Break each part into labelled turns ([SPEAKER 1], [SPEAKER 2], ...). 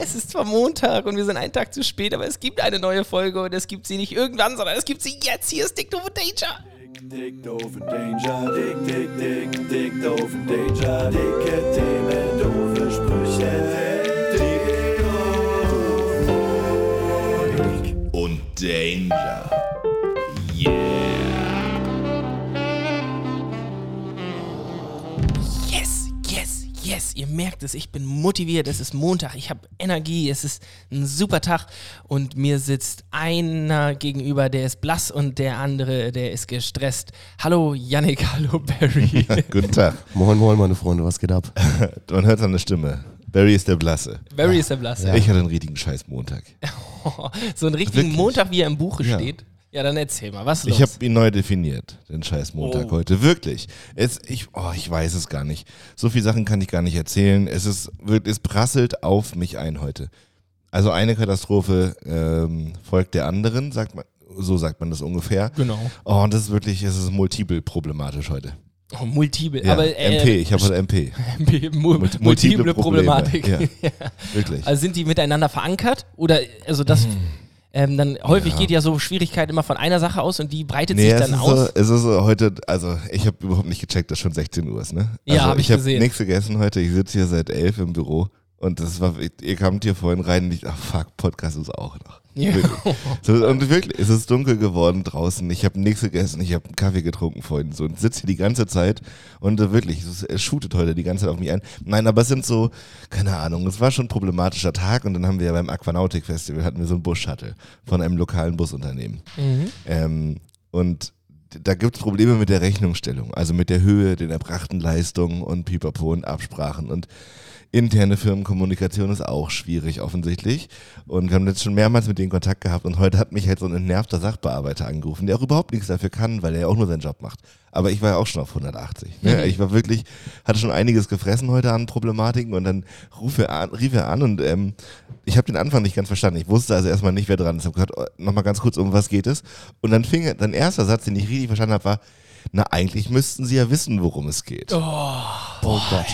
[SPEAKER 1] es ist zwar Montag und wir sind einen Tag zu spät, aber es gibt eine neue Folge und es gibt sie nicht irgendwann, sondern es gibt sie jetzt. Hier ist Dick Doof Danger.
[SPEAKER 2] Dick, dick, doof und Danger, dick, dick, dick, dick, doof und Danger, dicke Themen, doofe Sprüche, dick, doof und
[SPEAKER 3] und Danger. Yeah.
[SPEAKER 1] Yes, yes, yes. Ihr merkt es, ich bin motiviert. Es ist Montag, ich habe Energie, es ist ein super Tag. Und mir sitzt einer gegenüber, der ist blass und der andere, der ist gestresst. Hallo Yannick, hallo Barry.
[SPEAKER 3] Guten Tag.
[SPEAKER 4] Moin, moin, meine Freunde, was geht ab?
[SPEAKER 3] Man hört seine Stimme. Barry ist der Blasse.
[SPEAKER 1] Barry ist der Blasse.
[SPEAKER 3] Ich hatte einen richtigen Scheiß Montag.
[SPEAKER 1] So einen richtigen
[SPEAKER 3] Wirklich?
[SPEAKER 1] Montag, wie er im Buche
[SPEAKER 3] Ja.
[SPEAKER 1] steht. Ja, dann erzähl mal, was ist
[SPEAKER 3] Ich
[SPEAKER 1] los?
[SPEAKER 3] habe ihn neu definiert, den Scheiß Montag
[SPEAKER 1] Oh.
[SPEAKER 3] heute. Wirklich. Es, ich, oh, ich weiß es gar nicht. So viele Sachen kann ich gar nicht erzählen. Es ist, wirkt- es prasselt auf mich ein heute. Also eine Katastrophe ähm, folgt der anderen, sagt man. So sagt man das ungefähr.
[SPEAKER 1] Genau.
[SPEAKER 3] Oh, und das ist wirklich, es ist multiple problematisch heute.
[SPEAKER 1] oh, multiple,
[SPEAKER 3] Ja,
[SPEAKER 1] aber äh,
[SPEAKER 3] MP, ich habe heute MP.
[SPEAKER 1] MP, mul multiple,
[SPEAKER 3] multiple
[SPEAKER 1] Problematik.
[SPEAKER 3] Probleme,
[SPEAKER 1] Ja.
[SPEAKER 3] Wirklich.
[SPEAKER 1] Also sind die miteinander verankert oder also das
[SPEAKER 3] Mhm.
[SPEAKER 1] ähm, dann häufig geht ja so Schwierigkeit immer von einer Sache aus und die breitet
[SPEAKER 3] Nee,
[SPEAKER 1] sich
[SPEAKER 3] es
[SPEAKER 1] dann
[SPEAKER 3] ist,
[SPEAKER 1] aus.
[SPEAKER 3] So, es ist so heute, also ich habe überhaupt nicht gecheckt, dass schon 16 Uhr ist, ne?
[SPEAKER 1] Ja,
[SPEAKER 3] also,
[SPEAKER 1] hab ich
[SPEAKER 3] habe
[SPEAKER 1] gesehen.
[SPEAKER 3] nichts gegessen heute, ich sitze hier seit 11 im Büro und das war, ihr kamt hier vorhin rein und ich, ach fuck, Podcast ist auch noch.
[SPEAKER 1] Ja.
[SPEAKER 3] Wirklich. So, und wirklich, es ist dunkel geworden draußen, ich habe nichts gegessen, ich habe einen Kaffee getrunken vorhin so und sitze hier die ganze Zeit und äh, wirklich, es, es shootet heute die ganze Zeit auf mich ein. Nein, aber es sind so, keine Ahnung, es war schon ein problematischer Tag und dann haben wir ja beim Aquanautik Festival hatten wir so einen Bus-Shuttle von einem lokalen Busunternehmen. Ähm, und d- da gibt es Probleme mit der Rechnungsstellung, also mit der Höhe, den erbrachten Leistungen und Pipapo und Absprachen. Und interne Firmenkommunikation ist auch schwierig offensichtlich. Und wir haben jetzt schon mehrmals mit denen Kontakt gehabt und heute hat mich halt so ein entnervter Sachbearbeiter angerufen, der auch überhaupt nichts dafür kann, weil er ja auch nur seinen Job macht. Aber ich war ja auch schon auf 180. Ne? Ich war wirklich, hatte schon einiges gefressen heute an Problematiken und dann rief er an, rief er an und ähm, ich habe den Anfang nicht ganz verstanden. Ich wusste also erstmal nicht, wer dran ist. Ich habe gesagt, oh, nochmal ganz kurz, um was geht es? Und dann fing sein erster Satz, den ich richtig verstanden habe, war, na eigentlich müssten sie ja wissen, worum es geht. Oh Gott.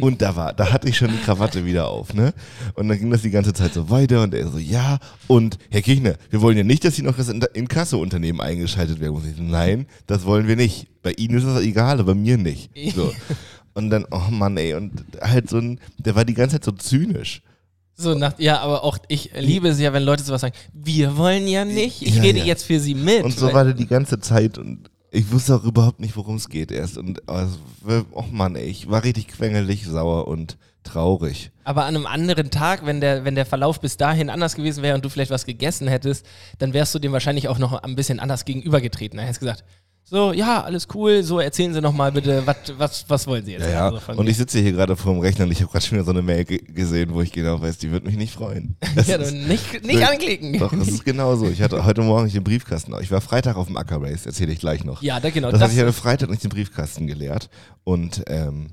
[SPEAKER 3] Und da war, da hatte ich schon die Krawatte wieder auf, ne? Und dann ging das die ganze Zeit so weiter und er so, ja, und Herr Kirchner, wir wollen ja nicht, dass Sie noch das In- Inkasso-Unternehmen eingeschaltet werden. Und ich so, Nein, das wollen wir nicht. Bei Ihnen ist das egal, aber bei mir nicht. So. Und dann, oh Mann, ey, und halt so ein, der war die ganze Zeit so zynisch.
[SPEAKER 1] So nach, ja, aber auch ich liebe es ja, wenn Leute sowas sagen. Wir wollen ja nicht. Ich
[SPEAKER 3] Ja,
[SPEAKER 1] rede
[SPEAKER 3] ja.
[SPEAKER 1] jetzt für sie mit.
[SPEAKER 3] Und so
[SPEAKER 1] Weil-
[SPEAKER 3] war der die ganze Zeit und ich wusste auch überhaupt nicht, worum es geht erst. Und, oh, es war- oh Mann, ey, ich war richtig quengelig, sauer und traurig.
[SPEAKER 1] aber an einem anderen Tag, wenn der, wenn der Verlauf bis dahin anders gewesen wäre und du vielleicht was gegessen hättest, dann wärst du dem wahrscheinlich auch noch ein bisschen anders gegenübergetreten. Dann hättest du gesagt, so, ja, alles cool, so erzählen Sie noch mal bitte, was, was, was wollen Sie jetzt?
[SPEAKER 3] Ja, ja.
[SPEAKER 1] Also von
[SPEAKER 3] und
[SPEAKER 1] mir.
[SPEAKER 3] ich sitze hier gerade vor dem Rechner und ich habe gerade schon wieder so eine Mail ge- gesehen, wo ich genau weiß, die wird mich nicht freuen. Das
[SPEAKER 1] ja,
[SPEAKER 3] ist-
[SPEAKER 1] dann nicht, nicht anklicken.
[SPEAKER 3] Doch, das ist genauso. Ich hatte heute Morgen nicht den Briefkasten. Ich war Freitag auf dem Acker Race, erzähle ich gleich noch.
[SPEAKER 1] Ja, da, genau.
[SPEAKER 3] das,
[SPEAKER 1] das-
[SPEAKER 3] hatte ich am Freitag nicht den Briefkasten geleert. Und ähm,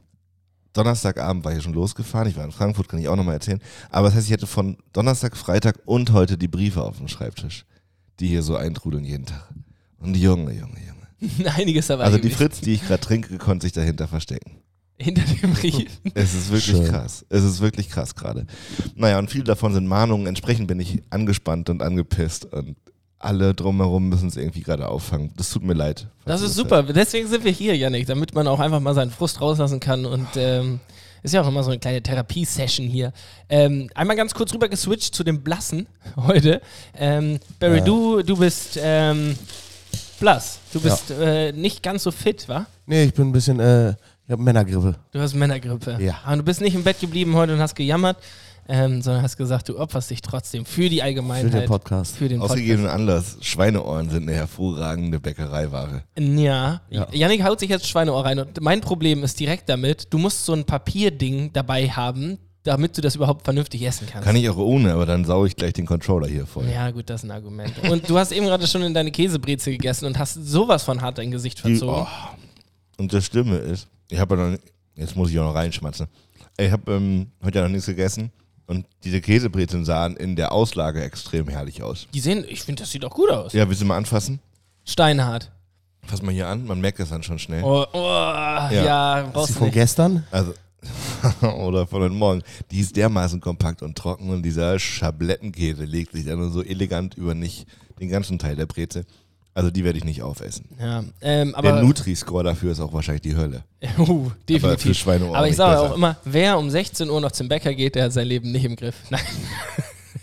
[SPEAKER 3] Donnerstagabend war ich schon losgefahren. Ich war in Frankfurt, kann ich auch nochmal erzählen. Aber das heißt, ich hatte von Donnerstag, Freitag und heute die Briefe auf dem Schreibtisch, die hier so eintrudeln jeden Tag. Und Junge, Junge, Junge.
[SPEAKER 1] Einiges dabei.
[SPEAKER 3] Also die
[SPEAKER 1] gewesen.
[SPEAKER 3] Fritz, die ich gerade trinke, konnte sich dahinter verstecken.
[SPEAKER 1] Hinter dem Brief.
[SPEAKER 3] Es ist wirklich
[SPEAKER 4] Schön.
[SPEAKER 3] krass. Es ist wirklich krass gerade. Naja, und viele davon sind Mahnungen. Entsprechend bin ich angespannt und angepisst. Und alle drumherum müssen es irgendwie gerade auffangen. Das tut mir leid.
[SPEAKER 1] Das
[SPEAKER 3] falls
[SPEAKER 1] ist
[SPEAKER 3] ihr
[SPEAKER 1] super. Deswegen sind wir hier, Yannick, damit man auch einfach mal seinen Frust rauslassen kann. Und ähm, ist ja auch immer so eine kleine Therapie-Session hier. Ähm, einmal ganz kurz rüber geswitcht zu dem Blassen heute. Ähm, Barry, du, du bist ähm, blass. Du bist äh, nicht ganz so fit, wa?
[SPEAKER 4] Nee, ich bin ein bisschen, äh, ich hab Männergrippe.
[SPEAKER 1] Du hast Männergrippe.
[SPEAKER 4] Ja.
[SPEAKER 1] Aber du bist nicht im Bett geblieben heute und hast gejammert, ähm, sondern hast gesagt, du opferst dich trotzdem für die Allgemeinheit.
[SPEAKER 4] Für den Podcast.
[SPEAKER 1] Für den
[SPEAKER 3] hört.
[SPEAKER 1] Podcast.
[SPEAKER 3] Ausgegebenen Anlass, Schweineohren sind eine hervorragende Bäckereiware.
[SPEAKER 1] Ja.
[SPEAKER 4] Ja.
[SPEAKER 1] Yannick haut sich jetzt Schweineohr rein und mein Problem ist direkt damit, du musst so ein Papierding dabei haben, damit du das überhaupt vernünftig essen kannst.
[SPEAKER 3] Kann ich auch ohne, aber dann sau ich gleich den Controller hier voll.
[SPEAKER 1] ja, gut, das ist ein Argument. Und du hast eben gerade schon in deine Käsebreze gegessen und hast sowas von hart dein Gesicht
[SPEAKER 3] Die-
[SPEAKER 1] verzogen.
[SPEAKER 3] oh. Und das Schlimme ist, ich habe ja noch, ni- jetzt muss ich auch noch reinschmatzen. Ich habe ähm, heute ja noch nichts gegessen und diese Käsebrezeln sahen in der Auslage extrem herrlich aus.
[SPEAKER 1] Die sehen, ich finde, das sieht auch gut aus.
[SPEAKER 3] Ja, willst du mal anfassen?
[SPEAKER 1] Steinhart.
[SPEAKER 3] Fass mal hier an, man merkt das dann schon schnell.
[SPEAKER 1] Oh, oh, ja, brauchst du
[SPEAKER 4] Ist die von
[SPEAKER 1] nicht.
[SPEAKER 4] gestern?
[SPEAKER 3] Also, oder von heute Morgen, die ist dermaßen kompakt und trocken und dieser Schablettenkäse legt sich dann nur so elegant über nicht den ganzen Teil der Breze. Also die werde ich nicht aufessen.
[SPEAKER 1] Ja, ähm,
[SPEAKER 3] der
[SPEAKER 1] aber
[SPEAKER 3] Nutri-Score dafür ist auch wahrscheinlich die Hölle.
[SPEAKER 1] uh,
[SPEAKER 3] Aber für
[SPEAKER 1] definitiv.
[SPEAKER 3] Schweine auch
[SPEAKER 1] Aber ich
[SPEAKER 3] nicht
[SPEAKER 1] sage
[SPEAKER 3] besser.
[SPEAKER 1] auch immer, wer um 16 Uhr noch zum Bäcker geht, der hat sein Leben nicht im Griff. Nein.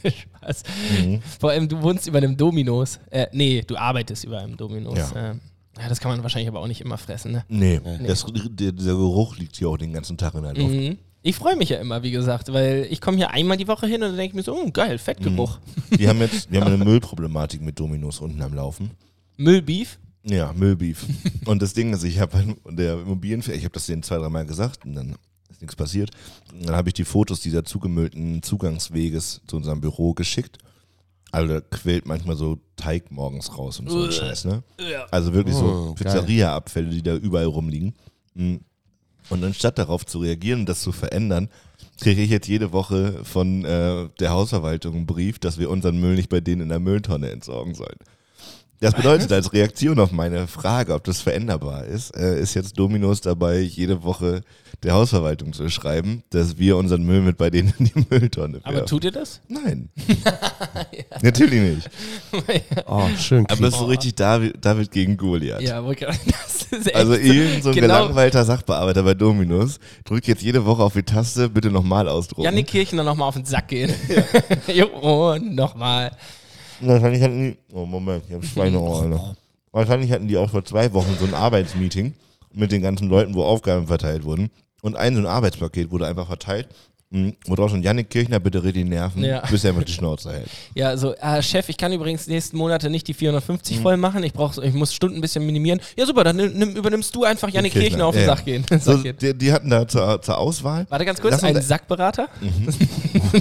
[SPEAKER 1] Spaß.
[SPEAKER 3] Mhm.
[SPEAKER 1] Vor allem, du wohnst über einem Dominos. Äh, nee, du arbeitest über einem Dominos.
[SPEAKER 3] Ja.
[SPEAKER 1] Ähm, ja, das kann man wahrscheinlich aber auch nicht immer fressen. Ne?
[SPEAKER 3] Nee, Das, der, dieser Geruch liegt hier auch den ganzen Tag in der Luft.
[SPEAKER 1] Mhm. Ich freue mich ja immer, wie gesagt, weil ich komme hier einmal die Woche hin und dann denke ich mir so, oh, geil, Fettgeruch.
[SPEAKER 3] Die haben jetzt wir haben eine Müllproblematik mit Dominos unten am Laufen. Mhm.
[SPEAKER 1] Müllbeef.
[SPEAKER 3] Ja, Müllbeef. und das Ding ist, ich habe der Immobilienfirma, ich habe das denen zwei, dreimal gesagt und dann ist nichts passiert. Und dann habe ich die Fotos dieser zugemüllten Zugangsweges zu unserem Büro geschickt. Also da quillt manchmal so Teig morgens raus und so ein
[SPEAKER 1] Uah.
[SPEAKER 3] Scheiß, ne?
[SPEAKER 1] Ja.
[SPEAKER 3] Also wirklich so
[SPEAKER 4] Oh, geil.
[SPEAKER 3] Pizzeria-Abfälle, die da überall rumliegen. Mm. Und anstatt darauf zu reagieren und das zu verändern, kriege ich jetzt jede Woche von äh, der Hausverwaltung einen Brief, dass wir unseren Müll nicht bei denen in der Mülltonne entsorgen sollen. Das bedeutet, als Reaktion auf meine Frage, ob das veränderbar ist, äh, ist jetzt Dominos dabei, jede Woche der Hausverwaltung zu schreiben, dass wir unseren Müll mit bei denen in die Mülltonne werfen.
[SPEAKER 1] Aber tut ihr das?
[SPEAKER 3] Nein. Natürlich nicht.
[SPEAKER 4] Oh, schön.
[SPEAKER 3] Aber es ist so richtig David, David gegen Goliath.
[SPEAKER 1] ja, aber das ist echt
[SPEAKER 3] Also eben so ein
[SPEAKER 1] Genau.
[SPEAKER 3] gelangweilter Sachbearbeiter bei Dominus drückt jetzt jede Woche auf die Taste, bitte nochmal ausdrucken.
[SPEAKER 1] Janne Kirchner nochmal auf den Sack gehen. jo, und nochmal.
[SPEAKER 3] Wahrscheinlich hatten die, oh Moment, ich hab Schweineohren noch. Wahrscheinlich hatten die auch vor zwei Wochen so ein Arbeitsmeeting mit den ganzen Leuten, wo Aufgaben verteilt wurden. Und ein so ein Arbeitspaket wurde einfach verteilt, mh, wo drauf schon Janik Kirchner bitte red die Nerven,
[SPEAKER 1] Ja.
[SPEAKER 3] bis er mit die Schnauze hält.
[SPEAKER 1] Ja, so, ah, Chef, ich kann übrigens nächsten Monate nicht die
[SPEAKER 3] Mhm.
[SPEAKER 1] 450 voll machen. Ich, brauch, ich muss Stunden ein bisschen minimieren. Ja, super, dann nimm, nimm- übernimmst du einfach Janne Kirchner, auf den
[SPEAKER 3] Ja, ja.
[SPEAKER 1] Sack gehen.
[SPEAKER 3] So,
[SPEAKER 1] Sack gehen.
[SPEAKER 3] die, die hatten da zur, zur Auswahl.
[SPEAKER 1] Warte ganz kurz,
[SPEAKER 3] Lass uns- Mhm.
[SPEAKER 1] ein Sackberater?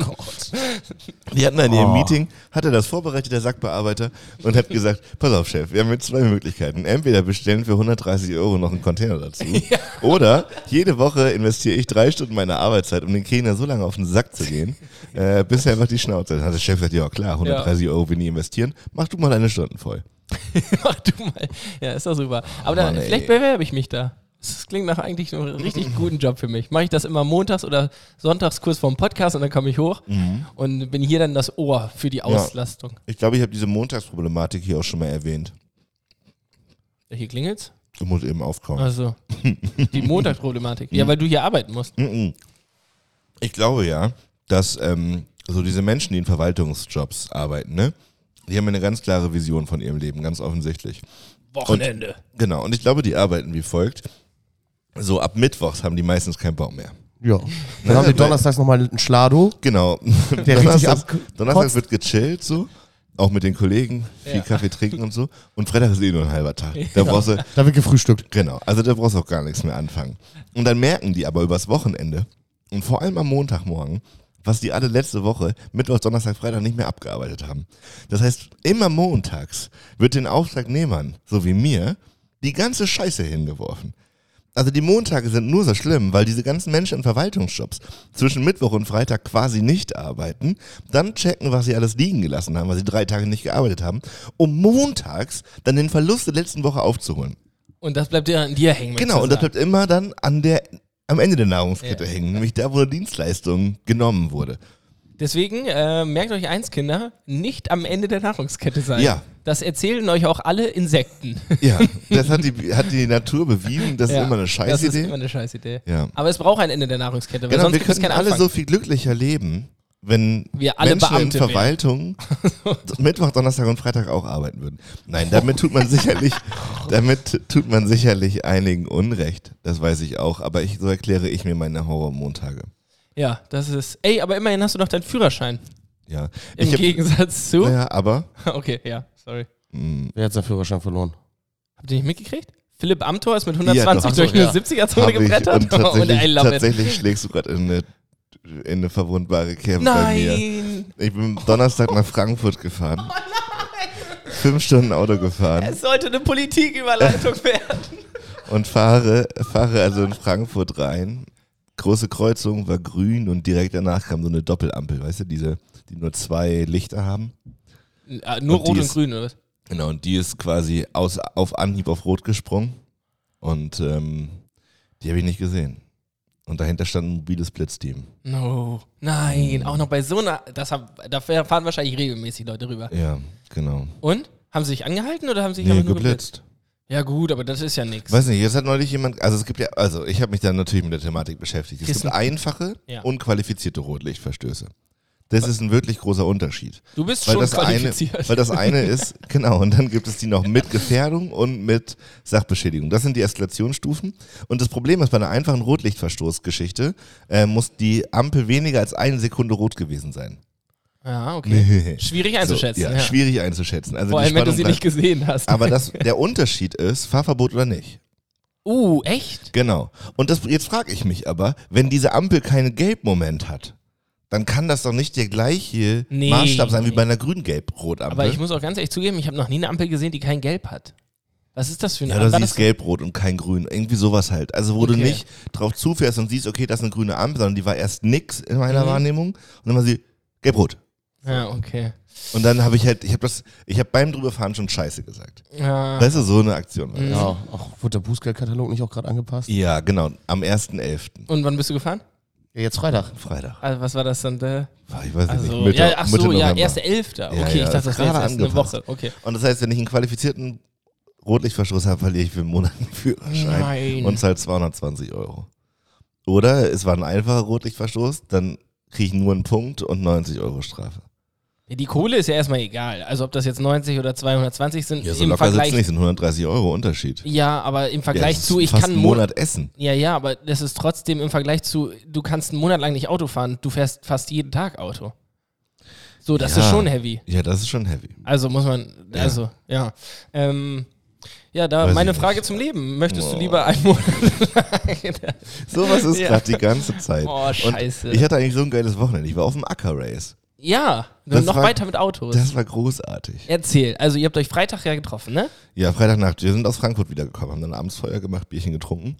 [SPEAKER 1] Oh
[SPEAKER 3] Die hatten an ihrem
[SPEAKER 4] Oh.
[SPEAKER 3] Meeting, hatte das vorbereitet, der Sackbearbeiter, und hat gesagt, pass auf, Chef, wir haben jetzt zwei Möglichkeiten. Entweder bestellen für 130 Euro noch einen Container dazu, oder jede Woche investiere ich drei Stunden meiner Arbeitszeit, um den Kellner so lange auf den Sack zu gehen, äh, bis er einfach die Schnauze hat. Dann hat der Chef gesagt, ja klar, 130 Euro will nie investieren, mach du mal deine Stunden voll.
[SPEAKER 1] Mach du mal. Ja, ist doch super. Aber da,
[SPEAKER 3] Mann, ey.
[SPEAKER 1] vielleicht bewerbe ich mich da. Das klingt nach eigentlich einem richtig guten Job für mich. Mache ich das immer montags oder sonntags kurz vorm Podcast und dann komme ich hoch
[SPEAKER 3] Mhm.
[SPEAKER 1] und bin hier dann das Ohr für die Auslastung.
[SPEAKER 3] Ich glaube, ich habe diese Montagsproblematik hier auch schon mal erwähnt.
[SPEAKER 1] Hier klingelt's?
[SPEAKER 3] Du musst eben aufkommen.
[SPEAKER 1] Also, die Montagsproblematik. Ja, weil du hier arbeiten musst.
[SPEAKER 3] Mhm. Ich glaube ja, dass ähm, so diese Menschen, die in Verwaltungsjobs arbeiten, ne, die haben eine ganz klare Vision von ihrem Leben, ganz offensichtlich.
[SPEAKER 1] Wochenende.
[SPEAKER 3] Genau, und ich glaube, die arbeiten wie folgt. So ab Mittwochs haben die meistens keinen Bock mehr.
[SPEAKER 4] Ja. Dann haben wir donnerstags nochmal einen Schlado.
[SPEAKER 3] Genau.
[SPEAKER 4] richtig
[SPEAKER 3] Donnerstag,
[SPEAKER 4] abkotzt.
[SPEAKER 3] Donnerstag wird gechillt, so. Auch mit den Kollegen, viel
[SPEAKER 1] Ja.
[SPEAKER 3] Kaffee trinken und so. Und Freitag ist eh nur ein halber Tag. Da brauchst du,
[SPEAKER 4] Da wird gefrühstückt.
[SPEAKER 3] Genau, also da brauchst du auch gar nichts mehr anfangen. Und dann merken die aber übers Wochenende und vor allem am Montagmorgen, was die alle letzte Woche, Mittwoch, Donnerstag, Freitag nicht mehr abgearbeitet haben. Das heißt, immer montags wird den Auftragnehmern, so wie mir, die ganze Scheiße hingeworfen. Also die Montage sind nur so schlimm, weil diese ganzen Menschen in Verwaltungsjobs zwischen Mittwoch und Freitag quasi nicht arbeiten, dann checken, was sie alles liegen gelassen haben, weil sie drei Tage nicht gearbeitet haben, um montags dann den Verlust der letzten Woche aufzuholen.
[SPEAKER 1] Und das bleibt dir an dir hängen. möchtest
[SPEAKER 3] Genau,
[SPEAKER 1] du
[SPEAKER 3] und das
[SPEAKER 1] sagen.
[SPEAKER 3] bleibt immer dann an der, am Ende der Nahrungskette
[SPEAKER 1] Ja.
[SPEAKER 3] hängen, nämlich da, wo eine Dienstleistung genommen wurde.
[SPEAKER 1] Deswegen äh, merkt euch eins, Kinder, nicht am Ende der Nahrungskette sein.
[SPEAKER 3] Ja.
[SPEAKER 1] Das erzählen euch auch alle Insekten.
[SPEAKER 3] Ja, das hat die, hat die Natur bewiesen, das
[SPEAKER 1] Ja,
[SPEAKER 3] ist immer eine
[SPEAKER 1] Das ist
[SPEAKER 3] Scheißidee.
[SPEAKER 1] immer eine Scheißidee.
[SPEAKER 3] Ja.
[SPEAKER 1] Aber es braucht ein Ende der Nahrungskette, weil
[SPEAKER 3] Genau,
[SPEAKER 1] sonst
[SPEAKER 3] wir
[SPEAKER 1] gibt es
[SPEAKER 3] könnten
[SPEAKER 1] keinen
[SPEAKER 3] alle
[SPEAKER 1] Anfang.
[SPEAKER 3] so viel glücklicher leben, wenn
[SPEAKER 1] Wir alle
[SPEAKER 3] Menschen
[SPEAKER 1] Beamte
[SPEAKER 3] in Verwaltung Mittwoch, Donnerstag und Freitag auch arbeiten würden. Nein, damit tut man sicherlich, damit tut man sicherlich einigen Unrecht. Das weiß ich auch, aber ich, so erkläre ich mir meine Horrormontage.
[SPEAKER 1] ja, das ist. Ey, aber immerhin hast du noch deinen Führerschein.
[SPEAKER 3] Ja.
[SPEAKER 1] Im
[SPEAKER 3] ich hab-
[SPEAKER 1] Gegensatz zu.
[SPEAKER 3] Ja, aber hm,
[SPEAKER 1] Okay, ja, sorry.
[SPEAKER 3] mh,
[SPEAKER 4] Wer hat seinen Führerschein verloren?
[SPEAKER 1] Habt ihr nicht mitgekriegt? Philipp Amthor ist mit
[SPEAKER 3] doch.
[SPEAKER 1] 120
[SPEAKER 3] Ach so,
[SPEAKER 1] durch eine
[SPEAKER 4] ja.
[SPEAKER 1] 70er-Zone
[SPEAKER 3] Hab ich.
[SPEAKER 1] gebrettert. Oh,
[SPEAKER 3] Und tatsächlich,
[SPEAKER 1] I love it.
[SPEAKER 3] tatsächlich schlägst du gerade in eine, in eine verwundbare Kerbe bei mir.
[SPEAKER 1] Nein! Oh,
[SPEAKER 3] Ich bin Donnerstag nach Frankfurt gefahren. Fünf Stunden Auto gefahren
[SPEAKER 1] Es sollte eine Politiküberleitung werden.
[SPEAKER 3] und fahre, fahre also in Frankfurt rein. Große Kreuzung war grün und direkt danach kam so eine Doppelampel, weißt du, diese, die nur zwei Lichter haben.
[SPEAKER 1] Ah, nur
[SPEAKER 3] Und
[SPEAKER 1] rot
[SPEAKER 3] die
[SPEAKER 1] und
[SPEAKER 3] ist-
[SPEAKER 1] grün, oder was?
[SPEAKER 3] Genau, und die ist quasi aus, auf Anhieb auf Rot gesprungen und ähm, die habe ich nicht gesehen. Und dahinter stand ein mobiles Blitzteam.
[SPEAKER 1] No. Nein, auch noch bei so einer. Das hab, da fahren wahrscheinlich regelmäßig Leute rüber.
[SPEAKER 3] Ja, genau.
[SPEAKER 1] Und? Haben sie sich angehalten oder haben sie sich
[SPEAKER 3] Nee,
[SPEAKER 1] einfach nur geblitzt?
[SPEAKER 3] geblitzt.
[SPEAKER 1] Ja, gut, aber das ist ja nichts.
[SPEAKER 3] Weiß nicht, jetzt hat neulich jemand, also es gibt ja, also ich habe mich dann natürlich mit der Thematik beschäftigt. Es
[SPEAKER 1] Ist
[SPEAKER 3] gibt
[SPEAKER 1] ein-
[SPEAKER 3] einfache,
[SPEAKER 1] Ja.
[SPEAKER 3] unqualifizierte Rotlichtverstöße. Das ist ein wirklich großer Unterschied.
[SPEAKER 1] Du bist
[SPEAKER 3] Weil
[SPEAKER 1] schon
[SPEAKER 3] das, eine,
[SPEAKER 1] qualifiziert.
[SPEAKER 3] weil das eine ist, genau, und dann gibt es die noch mit Gefährdung und mit Sachbeschädigung. Das sind die Eskalationsstufen. Und das Problem ist, bei einer einfachen Rotlichtverstoßgeschichte äh, muss die Ampel weniger als eine Sekunde rot gewesen sein.
[SPEAKER 1] ja, okay. Schwierig einzuschätzen.
[SPEAKER 3] So, ja,
[SPEAKER 1] ja.
[SPEAKER 3] Schwierig einzuschätzen. Also
[SPEAKER 1] Vor
[SPEAKER 3] die
[SPEAKER 1] allem, wenn du
[SPEAKER 3] Spannung
[SPEAKER 1] sie nicht
[SPEAKER 3] bleibt-
[SPEAKER 1] gesehen hast.
[SPEAKER 3] Aber das, der Unterschied ist, Fahrverbot oder nicht.
[SPEAKER 1] uh, echt?
[SPEAKER 3] Genau. Und das, jetzt frage ich mich aber, wenn diese Ampel keinen Gelbmoment hat, dann kann das doch nicht der gleiche
[SPEAKER 1] Nee.
[SPEAKER 3] Maßstab sein wie bei einer grün-gelb-rot-Ampel.
[SPEAKER 1] Aber ich muss auch ganz ehrlich zugeben, ich habe noch nie eine Ampel gesehen, die kein Gelb hat. Was ist das für eine
[SPEAKER 3] ja, oder
[SPEAKER 1] War
[SPEAKER 3] siehst
[SPEAKER 1] das-
[SPEAKER 3] gelb-rot und kein grün. Irgendwie sowas halt. Also wo du
[SPEAKER 1] Okay.
[SPEAKER 3] nicht drauf zufährst und siehst, okay, das ist eine grüne Ampel, sondern die war erst nix in meiner
[SPEAKER 1] Mhm.
[SPEAKER 3] Wahrnehmung. Und dann war sie gelb-rot.
[SPEAKER 1] Ja, okay.
[SPEAKER 3] Und dann habe ich halt, ich habe das, ich habe beim drüberfahren schon Scheiße gesagt.
[SPEAKER 1] Ja.
[SPEAKER 3] Das ist so eine Aktion.
[SPEAKER 1] Mhm.
[SPEAKER 3] war das.
[SPEAKER 4] Ja, auch wurde der Bußgeldkatalog nicht auch gerade angepasst?
[SPEAKER 3] Ja, genau. Am 1.11.
[SPEAKER 1] Und wann bist du gefahren?
[SPEAKER 4] Ja, jetzt Freitag.
[SPEAKER 3] Freitag.
[SPEAKER 1] Also, was war das dann? Äh,
[SPEAKER 3] Ich weiß es
[SPEAKER 1] also,
[SPEAKER 3] nicht. Mitte,
[SPEAKER 1] ja, ach so,
[SPEAKER 3] Mitte
[SPEAKER 1] ja,
[SPEAKER 3] November.
[SPEAKER 1] 1.11. Okay,
[SPEAKER 3] Ja, ja,
[SPEAKER 1] ich dachte, das wäre
[SPEAKER 3] gerade
[SPEAKER 1] jetzt erst eine
[SPEAKER 3] angepasst.
[SPEAKER 1] Woche. Okay.
[SPEAKER 3] Und das heißt, wenn ich einen qualifizierten Rotlichtverstoß habe, verliere ich für einen Monat einen Führerschein
[SPEAKER 1] Nein.
[SPEAKER 3] und zahle 220 Euro. Oder es war ein einfacher Rotlichtverstoß, dann kriege ich nur einen Punkt und 90 Euro Strafe.
[SPEAKER 1] Ja, Die Kohle ist ja erstmal egal. Also ob das jetzt 90 oder 220 sind,
[SPEAKER 3] Ja, so
[SPEAKER 1] im
[SPEAKER 3] locker sitzt
[SPEAKER 1] Vergleich.
[SPEAKER 3] nicht, sind 130 Euro Unterschied.
[SPEAKER 1] Ja, aber im
[SPEAKER 3] Ja,
[SPEAKER 1] Vergleich
[SPEAKER 3] das ist
[SPEAKER 1] zu, ich
[SPEAKER 3] fast
[SPEAKER 1] kann
[SPEAKER 3] einen
[SPEAKER 1] Mon-
[SPEAKER 3] Monat essen.
[SPEAKER 1] Ja, ja, aber das ist trotzdem im Vergleich zu, du kannst einen Monat lang nicht Auto fahren, du fährst fast jeden Tag Auto. So, das
[SPEAKER 3] Ja.
[SPEAKER 1] ist schon heavy.
[SPEAKER 3] Ja, das ist schon heavy.
[SPEAKER 1] Also muss man,
[SPEAKER 3] Ja.
[SPEAKER 1] also, ja. Ähm, ja, da
[SPEAKER 3] Weiß
[SPEAKER 1] meine
[SPEAKER 3] ich
[SPEAKER 1] Frage
[SPEAKER 3] nicht.
[SPEAKER 1] zum Leben. Möchtest du
[SPEAKER 3] Boah.
[SPEAKER 1] lieber einen Monat lang
[SPEAKER 3] Sowas ist
[SPEAKER 1] Ja.
[SPEAKER 3] gerade die ganze Zeit.
[SPEAKER 1] Oh, scheiße.
[SPEAKER 3] Und ich hatte eigentlich so ein geiles Wochenende. Ich war auf dem Acker-Race.
[SPEAKER 1] Ja,
[SPEAKER 3] Das
[SPEAKER 1] noch
[SPEAKER 3] war-
[SPEAKER 1] weiter mit Autos.
[SPEAKER 3] Das war großartig.
[SPEAKER 1] Erzähl, also ihr habt euch Freitag ja getroffen, ne?
[SPEAKER 3] Ja, Freitagnacht. Wir sind aus Frankfurt wiedergekommen, haben dann abends Feuer gemacht, Bierchen getrunken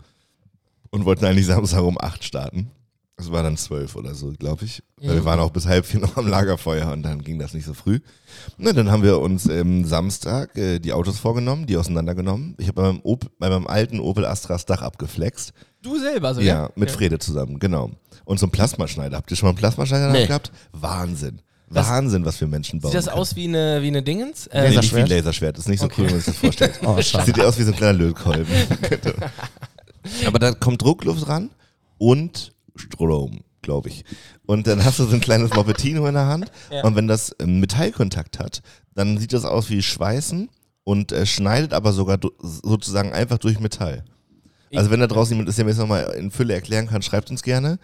[SPEAKER 3] und wollten eigentlich Samstag um 8 starten. Es war dann 12 oder so, glaube ich. Weil wir waren auch bis halb vier noch am Lagerfeuer und dann ging das nicht so früh. Na, dann haben wir uns ähm, Samstag äh, die Autos vorgenommen, die auseinandergenommen. Ich habe bei, meinem Op- bei meinem alten Opel Astras Dach abgeflext.
[SPEAKER 1] Du selber sogar.
[SPEAKER 3] Ja, mit Frede zusammen, genau. Und so einen Plasmaschneider. Habt ihr schon mal einen Plasmaschneider
[SPEAKER 4] Nee.
[SPEAKER 3] gehabt? Wahnsinn.
[SPEAKER 1] Was-
[SPEAKER 3] Wahnsinn, was wir Menschen bauen.
[SPEAKER 1] Sieht das
[SPEAKER 3] können.
[SPEAKER 1] aus wie eine, wie eine Dingens?
[SPEAKER 3] Nee,
[SPEAKER 1] Äh,
[SPEAKER 3] nicht wie ein
[SPEAKER 4] Laserschwert?
[SPEAKER 3] Laserschwert. Das ist nicht so cool, wenn man sich das vorstellt.
[SPEAKER 4] Oh, schade.
[SPEAKER 3] Sieht ja aus wie so ein kleiner Lötkolben. Genau. Aber da kommt Druckluft ran und Strom, glaube ich. Und dann hast du so ein kleines Moppetino in der Hand.
[SPEAKER 1] Ja.
[SPEAKER 3] Und wenn das ähm, Metallkontakt hat, dann sieht das aus wie Schweißen und äh, schneidet aber sogar du- sozusagen einfach durch Metall. Also wenn da draußen jemand ist, der mir das nochmal in Fülle erklären kann, schreibt uns gerne.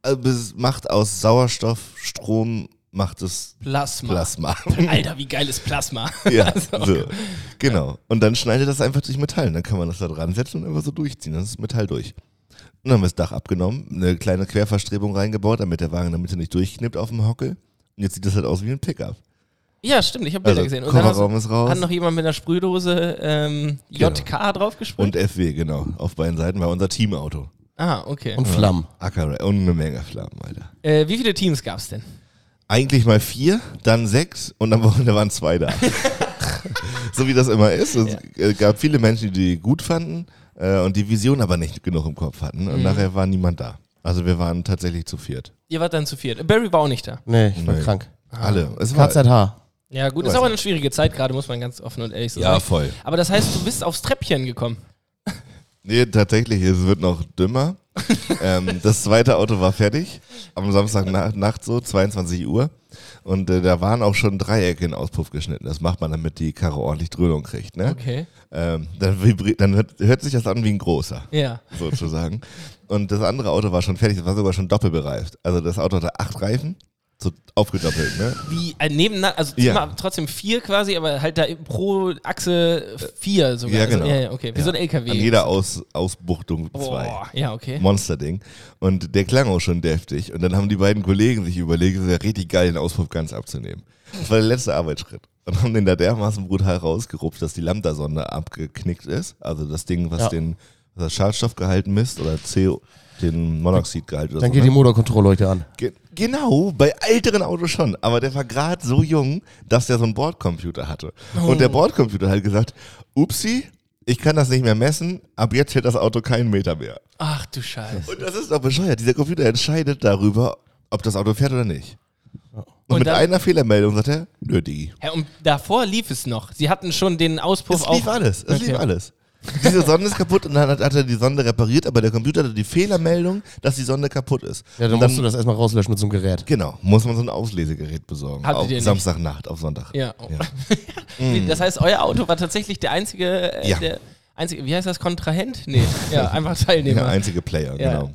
[SPEAKER 3] Also es macht aus Sauerstoff, Strom, macht es
[SPEAKER 1] Plasma.
[SPEAKER 3] Plasma.
[SPEAKER 1] Alter, wie geil ist Plasma?
[SPEAKER 3] Ja, so. genau. Und dann schneidet das einfach durch Metall. Und Dann kann man das da dran setzen und einfach so durchziehen. Dann ist das Metall durch. Und dann haben wir das Dach abgenommen, eine kleine Querverstrebung reingebaut, damit der Wagen in der Mitte nicht durchknippt auf dem Hockel. Und jetzt sieht das halt aus wie ein Pickup.
[SPEAKER 1] Ja, stimmt, ich habe Bilder
[SPEAKER 3] Also,
[SPEAKER 1] gesehen. Und dann hast,
[SPEAKER 3] Kofferraum ist raus.
[SPEAKER 1] hat noch jemand mit einer Sprühdose ähm,
[SPEAKER 3] Genau.
[SPEAKER 1] JK draufgesprüht?
[SPEAKER 3] Und FW, genau. Auf beiden Seiten war unser Teamauto.
[SPEAKER 1] Ah, okay.
[SPEAKER 4] Und Flammen.
[SPEAKER 3] Acker und eine Menge Flammen, Alter.
[SPEAKER 1] äh, wie viele Teams gab's denn?
[SPEAKER 3] Eigentlich mal vier, dann sechs und am Wochenende waren zwei da. so wie das immer ist. Es äh, gab viele Menschen, die die gut fanden äh, und die Vision aber nicht genug im Kopf hatten. Und nachher war niemand da. Also wir waren tatsächlich zu viert.
[SPEAKER 1] Ihr wart dann zu viert. Barry war auch nicht da.
[SPEAKER 4] Nee, ich war
[SPEAKER 3] Nee.
[SPEAKER 4] krank.
[SPEAKER 3] Alle. Es war,
[SPEAKER 4] KZH.
[SPEAKER 1] Ja, gut, ist
[SPEAKER 3] Weiß
[SPEAKER 1] aber eine schwierige Zeit gerade, muss man ganz offen und ehrlich so
[SPEAKER 3] ja,
[SPEAKER 1] sagen.
[SPEAKER 3] voll.
[SPEAKER 1] Aber das heißt, du bist aufs Treppchen gekommen.
[SPEAKER 3] Nee, tatsächlich, es wird noch dümmer. ähm, das zweite Auto war fertig. Am Samstagnacht Nacht so, 22 Uhr. Und äh, da waren auch schon Dreiecke in den Auspuff geschnitten. Das macht man, damit die Karre ordentlich Dröhnung kriegt. Ne?
[SPEAKER 1] Okay.
[SPEAKER 3] Ähm, dann vibri- dann hört, hört sich das an wie ein großer.
[SPEAKER 1] Ja.
[SPEAKER 3] sozusagen. Und das andere Auto war schon fertig, das war sogar schon doppelbereift. Also das Auto hatte acht Reifen, so aufgedoppelt, ne?
[SPEAKER 1] Wie äh, nebeneinander, also
[SPEAKER 3] Ja.
[SPEAKER 1] immer trotzdem vier quasi, aber halt da pro Achse vier sogar.
[SPEAKER 3] ja, genau.
[SPEAKER 1] Also, ja, ja, okay. Wie so ein LKW.
[SPEAKER 3] An jeder Aus Ausbuchtung zwei.
[SPEAKER 1] Boah. Ja, okay.
[SPEAKER 3] Monsterding. Und der klang auch schon deftig. Und dann haben die beiden Kollegen sich überlegt, es wäre richtig geil, den Auspuff ganz abzunehmen. Das war der letzte Arbeitsschritt. Und haben den da dermaßen brutal rausgerupft, dass die Lambda-Sonde abgeknickt ist. Also das Ding, was
[SPEAKER 4] Ja.
[SPEAKER 3] den was das Schadstoffgehalt misst oder CO, den Monoxidgehalt oder
[SPEAKER 4] Dann
[SPEAKER 3] so.
[SPEAKER 4] geht
[SPEAKER 3] ne?
[SPEAKER 4] die Motorkontrollleuchte an.
[SPEAKER 3] Ge genau, bei älteren Autos schon. Aber der war gerade
[SPEAKER 4] Oh.
[SPEAKER 3] so jung, dass der so einen Bordcomputer hatte. Und der Bordcomputer hat gesagt, upsi, ich kann das nicht mehr messen, ab jetzt hält das Auto keinen Meter mehr.
[SPEAKER 1] Ach du Scheiße.
[SPEAKER 3] Und das ist doch bescheuert. Dieser Computer entscheidet darüber, ob das Auto fährt oder nicht.
[SPEAKER 4] Oh.
[SPEAKER 3] Und,
[SPEAKER 1] Und
[SPEAKER 3] mit
[SPEAKER 1] dann-
[SPEAKER 3] einer Fehlermeldung sagt er, nö, Digi.
[SPEAKER 1] Ja, und davor lief es noch. Sie hatten schon den Auspuff
[SPEAKER 3] Es
[SPEAKER 1] auch.
[SPEAKER 3] lief alles, es lief
[SPEAKER 1] Okay.
[SPEAKER 3] alles. Diese Sonne ist kaputt und dann hat, hat er die Sonde repariert, aber der Computer hatte die Fehlermeldung, dass die Sonde kaputt ist.
[SPEAKER 4] Ja, dann,
[SPEAKER 3] Und
[SPEAKER 4] musst du das erstmal rauslöschen mit so einem Gerät.
[SPEAKER 3] Genau, muss man so ein Auslesegerät besorgen.
[SPEAKER 1] Hattet
[SPEAKER 3] auf
[SPEAKER 1] ihr nicht?
[SPEAKER 3] Samstagnacht, auf Sonntag.
[SPEAKER 1] Ja.
[SPEAKER 3] Ja.
[SPEAKER 1] Wie, Das heißt, euer Auto war tatsächlich der einzige, äh,
[SPEAKER 3] Mhm. Ja.
[SPEAKER 1] der einzige, wie heißt das, Kontrahent? Nee, ja, einfach Teilnehmer.
[SPEAKER 3] Der einzige Player,
[SPEAKER 1] Ja.
[SPEAKER 3] genau.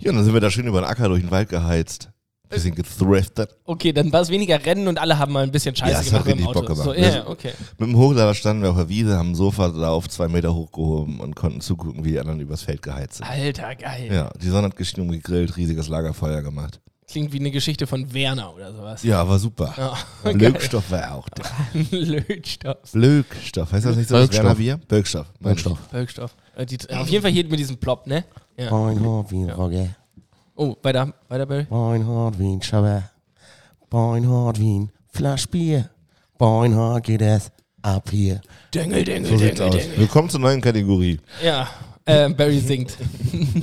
[SPEAKER 3] Ja, und dann sind wir da schön über den Acker durch den Wald geheizt.
[SPEAKER 1] Äh.
[SPEAKER 3] Bisschen gethriftet.
[SPEAKER 1] Okay, dann war es weniger Rennen und alle haben mal ein bisschen Scheiße
[SPEAKER 3] Ja, es hat
[SPEAKER 1] gemacht mit dem
[SPEAKER 3] richtig
[SPEAKER 1] Auto.
[SPEAKER 3] Bock gemacht. ne?
[SPEAKER 1] So,
[SPEAKER 3] Das-
[SPEAKER 1] ja, okay.
[SPEAKER 3] Mit dem Hochlader standen wir auf der Wiese, haben ein Sofa da auf zwei Meter hochgehoben und konnten zugucken, wie die anderen übers Feld geheizt
[SPEAKER 1] Ah,
[SPEAKER 3] sind.
[SPEAKER 1] Alter, geil.
[SPEAKER 3] Ja, die Sonne hat geschienen und gegrillt, riesiges Lagerfeuer gemacht.
[SPEAKER 1] Klingt wie eine Geschichte von Werner oder sowas.
[SPEAKER 3] Ja, war super.
[SPEAKER 1] Ja.
[SPEAKER 3] Blöckstoff war auch da.
[SPEAKER 1] Lötstoff.
[SPEAKER 3] Blöckstoff, heißt das nicht so das
[SPEAKER 4] Bölkstoff.
[SPEAKER 3] Werner Bier? Bölkstoff. meine ich.
[SPEAKER 4] Brennstoff.
[SPEAKER 1] Bölkstoff. Äh, die, auf jeden Fall hier mit diesem Plop, ne? Ja.
[SPEAKER 4] Mein Hort wie ein Rogge.
[SPEAKER 1] Oh, weiter, weiter, Böll.
[SPEAKER 4] Mein Hort wie ein Schabber. Mein Hort wie ein Flaschbier. Mein Hort geht es ab hier.
[SPEAKER 1] Dengel, Dengel,
[SPEAKER 3] So sieht's aus. Willkommen zur neuen Kategorie.
[SPEAKER 1] Ja, äh, Barry singt. Finde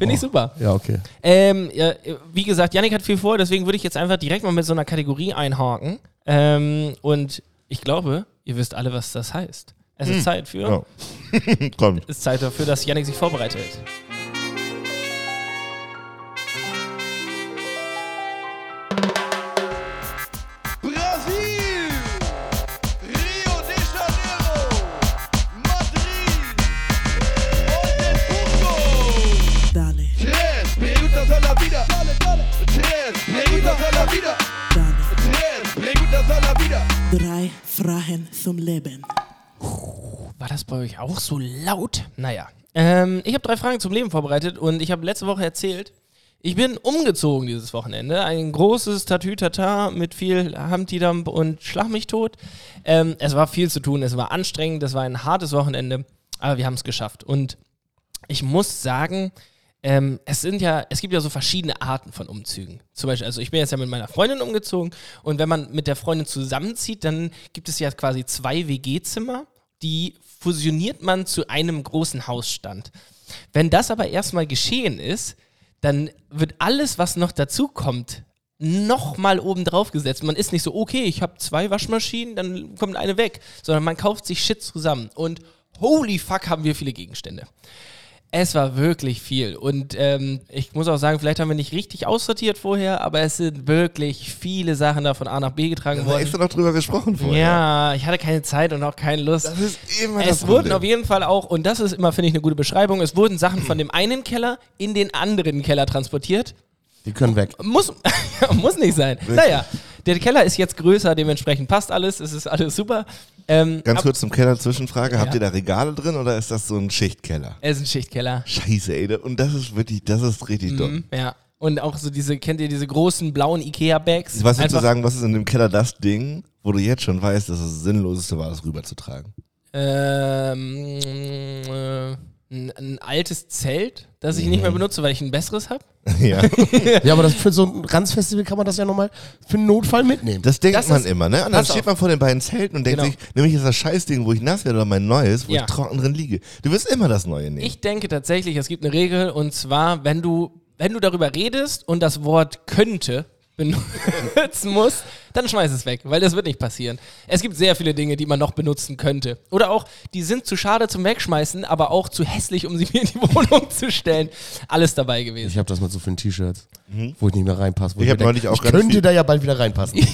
[SPEAKER 3] Oh.
[SPEAKER 1] ich super.
[SPEAKER 4] Ja, okay.
[SPEAKER 1] Ähm, ja, wie gesagt, Yannick hat viel vor, deswegen würde ich jetzt einfach direkt mal mit so einer Kategorie einhaken. Ähm, und ich glaube, ihr wisst alle, was das heißt. Es ist Zeit für.
[SPEAKER 3] Ja. Kommt.
[SPEAKER 1] Es ist Zeit dafür, dass Yannick sich vorbereitet.
[SPEAKER 2] Brasil, Rio de Janeiro, Madrid, Otepuco.
[SPEAKER 5] Dale,
[SPEAKER 2] Tres preguntas a la vida. Tres preguntas a la vida.
[SPEAKER 5] dale.
[SPEAKER 2] Tres preguntas a la vida.
[SPEAKER 5] Drei Fragen zum Leben.
[SPEAKER 1] War das bei euch auch so laut? Naja. Ähm, ich habe drei Fragen zum Leben vorbereitet und ich habe letzte Woche erzählt, ich bin umgezogen dieses Wochenende. Ein großes Tatütata mit viel Hamtidamp und Schlag mich tot. Ähm, es war viel zu tun, es war anstrengend, es war ein hartes Wochenende, aber wir haben es geschafft. Und ich muss sagen, ähm, es sind ja, es gibt ja so verschiedene Arten von Umzügen. Zum Beispiel, also ich bin jetzt ja mit meiner Freundin umgezogen und wenn man mit der Freundin zusammenzieht, dann gibt es ja quasi zwei WG-Zimmer, die fusioniert man zu einem großen Hausstand. Wenn das aber erstmal geschehen ist, dann wird alles, was noch dazukommt, nochmal oben drauf gesetzt. Man ist nicht so, okay, ich habe zwei Waschmaschinen, dann kommt eine weg, sondern man kauft sich Shit zusammen. Und holy fuck, haben wir viele Gegenstände. Es war wirklich viel. Und ähm, ich muss auch sagen, vielleicht haben wir nicht richtig aussortiert vorher, aber es sind wirklich viele Sachen da von A nach B getragen
[SPEAKER 3] Da
[SPEAKER 1] worden.
[SPEAKER 3] ist ja noch drüber gesprochen vorher.
[SPEAKER 1] Ja, ich hatte keine Zeit und auch keine Lust.
[SPEAKER 3] Das ist immer
[SPEAKER 1] Es
[SPEAKER 3] das
[SPEAKER 1] wurden
[SPEAKER 3] Problem.
[SPEAKER 1] auf jeden Fall auch, und das ist immer, finde ich, eine gute Beschreibung, es wurden Sachen von dem einen Keller in den anderen Keller transportiert.
[SPEAKER 4] Die können weg.
[SPEAKER 1] Muss, muss nicht sein. Naja, der Keller ist jetzt größer, dementsprechend passt alles, es ist alles super. Ähm,
[SPEAKER 3] Ganz
[SPEAKER 1] ab-
[SPEAKER 3] kurz zum Keller Zwischenfrage. Habt
[SPEAKER 1] Ja.
[SPEAKER 3] ihr da Regale drin oder ist das so ein Schichtkeller?
[SPEAKER 1] Es ist ein Schichtkeller.
[SPEAKER 3] Scheiße, ey. da- Und das ist wirklich, das ist richtig dumm.
[SPEAKER 1] Ja. Und auch so diese, kennt ihr diese großen blauen Ikea-Bags?
[SPEAKER 3] Was würdest du
[SPEAKER 1] Einfach,
[SPEAKER 3] sagen, was ist in dem Keller das Ding, wo du jetzt schon weißt, dass es das Sinnloseste war, das rüberzutragen?
[SPEAKER 1] Ähm, äh, ein, ein altes Zelt, das ich nicht
[SPEAKER 3] Mhm.
[SPEAKER 1] mehr benutze, weil ich ein besseres habe.
[SPEAKER 3] ja.
[SPEAKER 4] Ja, aber das für so ein Ranzfestival kann man das ja nochmal für einen Notfall mitnehmen.
[SPEAKER 3] Das denkt
[SPEAKER 1] Das
[SPEAKER 3] man
[SPEAKER 1] ist-
[SPEAKER 3] immer, ne? Und dann
[SPEAKER 1] pass
[SPEAKER 3] steht
[SPEAKER 1] auf.
[SPEAKER 3] man vor den beiden Zelten und denkt
[SPEAKER 1] Genau.
[SPEAKER 3] sich, nämlich ist das Scheißding, wo ich nass werde oder mein neues, wo
[SPEAKER 1] Ja.
[SPEAKER 3] ich trocken drin liege. Du wirst immer das Neue nehmen.
[SPEAKER 1] Ich denke tatsächlich, es gibt eine Regel und zwar, wenn du, wenn du darüber redest und das Wort könnte benutzen musst, dann schmeiß es weg, weil das wird nicht passieren. Es gibt sehr viele Dinge, die man noch benutzen könnte. Oder auch, die sind zu schade zum Wegschmeißen, aber auch zu hässlich, um sie mir in die Wohnung zu stellen. Alles dabei gewesen.
[SPEAKER 4] Ich habe das mit so vielen T-Shirts, wo ich nicht mehr reinpasse. wo
[SPEAKER 3] Mhm. Ich
[SPEAKER 4] mir
[SPEAKER 3] hab
[SPEAKER 4] denk,
[SPEAKER 3] neulich auch
[SPEAKER 4] Ich
[SPEAKER 3] ganz viel-
[SPEAKER 4] könnte da ja bald wieder reinpassen.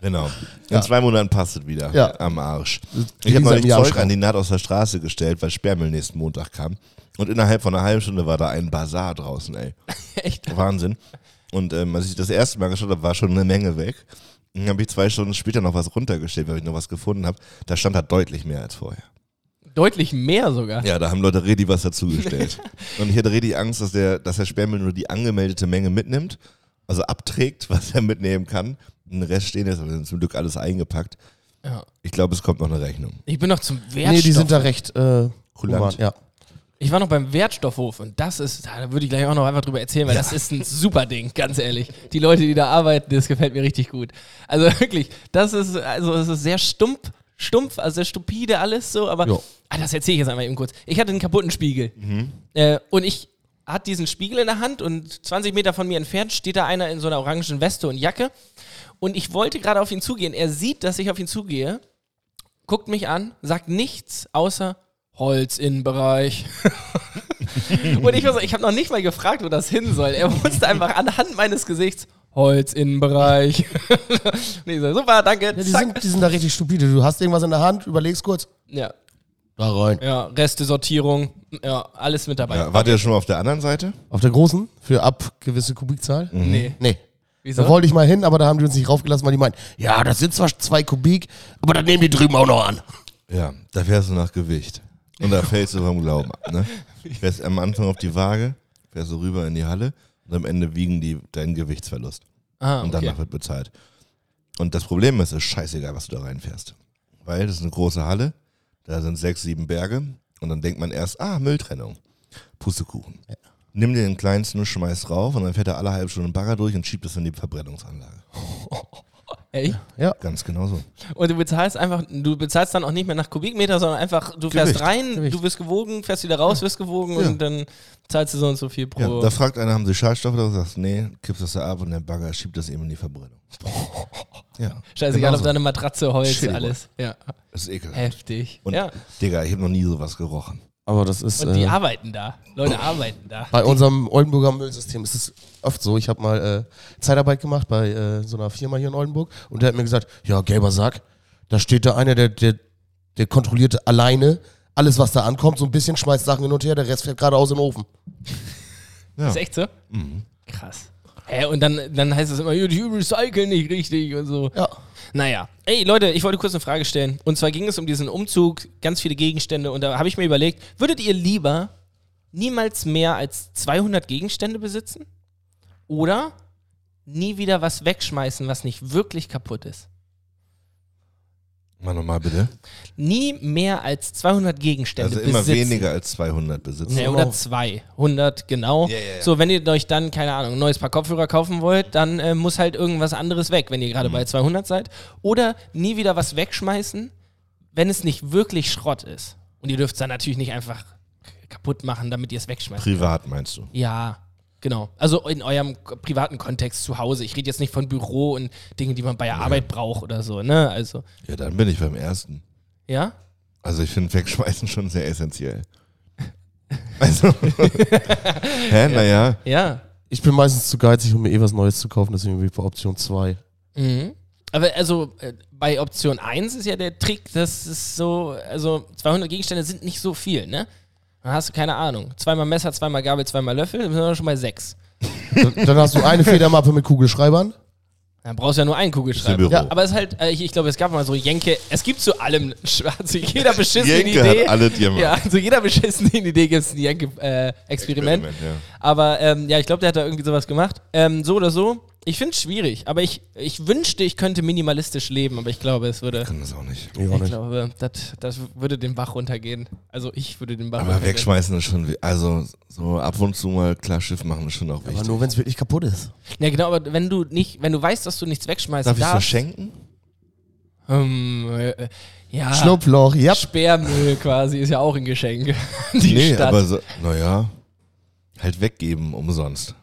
[SPEAKER 3] Genau. In zwei Monaten passt es wieder.
[SPEAKER 4] Ja.
[SPEAKER 3] Am Arsch. Ich
[SPEAKER 4] Lisa
[SPEAKER 3] habe neulich
[SPEAKER 4] im Jahr
[SPEAKER 3] Zeug
[SPEAKER 4] schon.
[SPEAKER 3] an die Naht aus der Straße gestellt, weil Sperrmüll nächsten Montag kam. Und innerhalb von einer halben Stunde war da ein Bazar draußen, ey.
[SPEAKER 1] Echt?
[SPEAKER 3] Wahnsinn. Und ähm, als ich das erste Mal geschaut habe, war schon eine Menge weg. Dann habe ich zwei Stunden später noch was runtergestellt, weil ich noch was gefunden habe. Da stand da deutlich mehr als vorher.
[SPEAKER 1] Deutlich mehr sogar.
[SPEAKER 3] Ja, da haben Leute richtig was dazugestellt. und ich hatte richtig Angst, dass der, dass der Sperrmüll nur die angemeldete Menge mitnimmt, also abträgt, was er mitnehmen kann. Und den Rest stehen jetzt, aber wir sind zum Glück alles eingepackt.
[SPEAKER 1] Ja.
[SPEAKER 3] Ich glaube, es kommt noch eine Rechnung.
[SPEAKER 1] Ich bin noch zum Wertstoff.
[SPEAKER 4] nee, die sind da recht äh, human,
[SPEAKER 3] Kulant.
[SPEAKER 4] ja.
[SPEAKER 1] Ich war noch beim Wertstoffhof und das ist, da würde ich gleich auch noch einfach drüber erzählen, weil das ist ein super Ding, ganz ehrlich. Die Leute, die da arbeiten, das gefällt mir richtig gut. Also wirklich, das ist, also es ist sehr stumpf, stumpf, also sehr stupide alles so, aber
[SPEAKER 4] Ja.
[SPEAKER 1] ah, das erzähle ich jetzt einmal eben kurz. Ich hatte einen kaputten Spiegel äh, und ich hatte diesen Spiegel in der Hand und 20 Meter von mir entfernt steht da einer in so einer orangen Weste und Jacke und ich wollte gerade auf ihn zugehen. Er sieht, dass ich auf ihn zugehe, guckt mich an, sagt nichts außer Holzinnenbereich. Und ich, war so, ich habe noch nicht mal gefragt, wo das hin soll. Er wusste einfach anhand meines Gesichts Holzinnenbereich. Und ich so, super, danke.
[SPEAKER 4] Ja, die,
[SPEAKER 1] zack.
[SPEAKER 4] sind, die sind da richtig stupide. Du hast irgendwas in der Hand, überlegst kurz.
[SPEAKER 1] Ja,
[SPEAKER 4] Da rein.
[SPEAKER 1] ja, Reste, Sortierung, ja, alles mit dabei.
[SPEAKER 3] Ja, wart ihr schon mal auf der anderen Seite?
[SPEAKER 4] Auf der großen, für ab gewisse Kubikzahl?
[SPEAKER 3] Mhm.
[SPEAKER 1] Nee.
[SPEAKER 4] Nee.
[SPEAKER 1] Wieso?
[SPEAKER 4] Da wollte ich mal hin, aber da haben die uns nicht raufgelassen, weil die meinten, ja, das sind zwar zwei Kubik, aber das nehmen die drüben auch noch an.
[SPEAKER 3] Ja, da fährst du nach Gewicht. Und da fällst du vom Glauben ab. Ne? Fährst am Anfang auf die Waage, fährst du rüber in die Halle und am Ende wiegen die deinen Gewichtsverlust.
[SPEAKER 1] ah,
[SPEAKER 3] Und
[SPEAKER 1] okay.
[SPEAKER 3] danach wird bezahlt. Und das Problem ist, es ist scheißegal, was du da reinfährst. Weil das ist eine große Halle, da sind sechs, sieben Berge und dann denkt man erst, ah, Mülltrennung. Pustekuchen. Nimm dir den kleinsten, schmeiß rauf und dann fährt er alle halbe Stunde einen Bagger durch und schiebt es in die Verbrennungsanlage.
[SPEAKER 1] Ey,
[SPEAKER 3] Ganz genau so.
[SPEAKER 1] und du bezahlst einfach, du bezahlst dann auch nicht mehr nach Kubikmeter, sondern einfach, du fährst
[SPEAKER 3] Gewicht.
[SPEAKER 1] rein,
[SPEAKER 4] Gewicht.
[SPEAKER 1] du wirst gewogen, fährst wieder raus, wirst gewogen
[SPEAKER 3] Ja.
[SPEAKER 1] und dann zahlst du so und so viel
[SPEAKER 3] Ja,
[SPEAKER 1] pro.
[SPEAKER 3] da fragt einer, haben sie Schadstoffe? Da sagst du, nee, kippst das da ab und der Bagger schiebt das eben in die Verbrennung. Ja,
[SPEAKER 1] Scheißegal,
[SPEAKER 3] genau
[SPEAKER 1] ob
[SPEAKER 3] so.
[SPEAKER 1] deine Matratze, Holz,
[SPEAKER 3] Shitty boy.
[SPEAKER 1] alles. Ja,
[SPEAKER 3] Das ist ekelhaft.
[SPEAKER 1] heftig.
[SPEAKER 3] Und
[SPEAKER 1] ja.
[SPEAKER 3] Digga, ich habe noch nie sowas gerochen.
[SPEAKER 4] Aber das ist.
[SPEAKER 1] Und die
[SPEAKER 4] äh,
[SPEAKER 1] arbeiten da. Leute
[SPEAKER 3] Oh.
[SPEAKER 1] arbeiten da.
[SPEAKER 4] Bei unserem Oldenburger Müllsystem ist es oft so. Ich habe mal äh, Zeitarbeit gemacht bei äh, so einer Firma hier in Oldenburg und der hat mir gesagt, ja, gelber Sack, da steht da einer, der, der, der kontrolliert alleine alles, was da ankommt, so ein bisschen schmeißt Sachen hin und her, der Rest fährt geradeaus in den Ofen.
[SPEAKER 3] Ja.
[SPEAKER 1] Ist echt so?
[SPEAKER 3] Mhm.
[SPEAKER 1] Krass. Hä, und dann, dann heißt es immer, ja, die recyceln nicht richtig und so.
[SPEAKER 4] Ja.
[SPEAKER 1] Naja. Ey, Leute, ich wollte kurz eine Frage stellen. Und zwar ging es um diesen Umzug, ganz viele Gegenstände. Und da habe ich mir überlegt, würdet ihr lieber niemals mehr als 200 Gegenstände besitzen? Oder nie wieder was wegschmeißen, was nicht wirklich kaputt ist?
[SPEAKER 3] Mal nochmal bitte.
[SPEAKER 1] Nie mehr als 200 Gegenstände
[SPEAKER 3] Also immer
[SPEAKER 1] besitzen.
[SPEAKER 3] weniger als 200 besitzen.
[SPEAKER 1] Nee, Ne, oder 200, genau.
[SPEAKER 3] Ja, ja, ja.
[SPEAKER 1] So, wenn ihr euch dann, keine Ahnung, ein neues Paar Kopfhörer kaufen wollt, dann äh, muss halt irgendwas anderes weg, wenn ihr gerade
[SPEAKER 3] Mhm.
[SPEAKER 1] bei 200 seid. Oder nie wieder was wegschmeißen, wenn es nicht wirklich Schrott ist. Und ihr dürft es dann natürlich nicht einfach kaputt machen, damit ihr es wegschmeißt.
[SPEAKER 3] Privat meinst du?
[SPEAKER 1] ja, genau. Also in eurem k- privaten Kontext zu Hause. Ich rede jetzt nicht von Büro und Dingen, die man bei der Arbeit braucht oder so, ne? Also,
[SPEAKER 3] Ja, dann bin ich beim ersten.
[SPEAKER 1] ja?
[SPEAKER 3] Also ich finde Wegschmeißen schon sehr essentiell. Also, hä, naja,
[SPEAKER 1] Ja.
[SPEAKER 4] Ich bin meistens zu geizig, um mir eh was Neues zu kaufen, deswegen bin ich bei Option 2.
[SPEAKER 1] Mhm. Aber also äh, bei Option 1 ist ja der Trick, dass es so, also 200 Gegenstände sind nicht so viel, ne? Dann hast du keine Ahnung. Zweimal Messer, zweimal Gabel, zweimal Löffel, dann sind wir schon bei sechs.
[SPEAKER 4] Dann- Dann hast du eine Federmappe mit Kugelschreibern.
[SPEAKER 1] Dann brauchst du ja nur einen
[SPEAKER 3] im
[SPEAKER 1] Kugelschreiber.
[SPEAKER 3] Büro.
[SPEAKER 1] Ja, aber es ist halt, äh, ich, ich glaube, es gab mal so Jenke, es gibt zu allem, also jeder beschissenen
[SPEAKER 3] Jenke
[SPEAKER 1] Idee.
[SPEAKER 3] hat alle Diamanten.
[SPEAKER 1] ja, zu jeder beschissenen Idee gibt es ein Jenke-Experiment. Äh, Experiment.
[SPEAKER 3] ja.
[SPEAKER 1] Aber ähm, ja, ich glaube, der hat da irgendwie sowas gemacht. Ähm, so oder so, ich finde es schwierig. Aber ich, ich wünschte, ich könnte minimalistisch leben, aber ich glaube, es würde.
[SPEAKER 3] Kann das auch nicht.
[SPEAKER 4] Ja,
[SPEAKER 1] Ich glaube, das, das würde den Bach runtergehen. Also ich würde den Bach
[SPEAKER 3] Aber
[SPEAKER 1] runtergehen.
[SPEAKER 3] wegschmeißen ist schon, wi- also so ab und zu mal klar Schiff machen ist schon auch
[SPEAKER 4] Aber
[SPEAKER 3] wichtig.
[SPEAKER 4] nur, wenn es wirklich kaputt ist.
[SPEAKER 1] Ja genau, aber wenn du nicht, wenn du weißt, dass du nichts wegschmeißen
[SPEAKER 3] Darf ich es
[SPEAKER 1] darfst.
[SPEAKER 3] verschenken?
[SPEAKER 1] Ähm, äh,
[SPEAKER 4] Ah.
[SPEAKER 1] ja.
[SPEAKER 4] Schlupfloch, ja.
[SPEAKER 1] Sperrmüll quasi ist ja auch ein Geschenk. Die
[SPEAKER 3] nee,
[SPEAKER 1] Stadt.
[SPEAKER 3] aber so, naja, halt weggeben umsonst.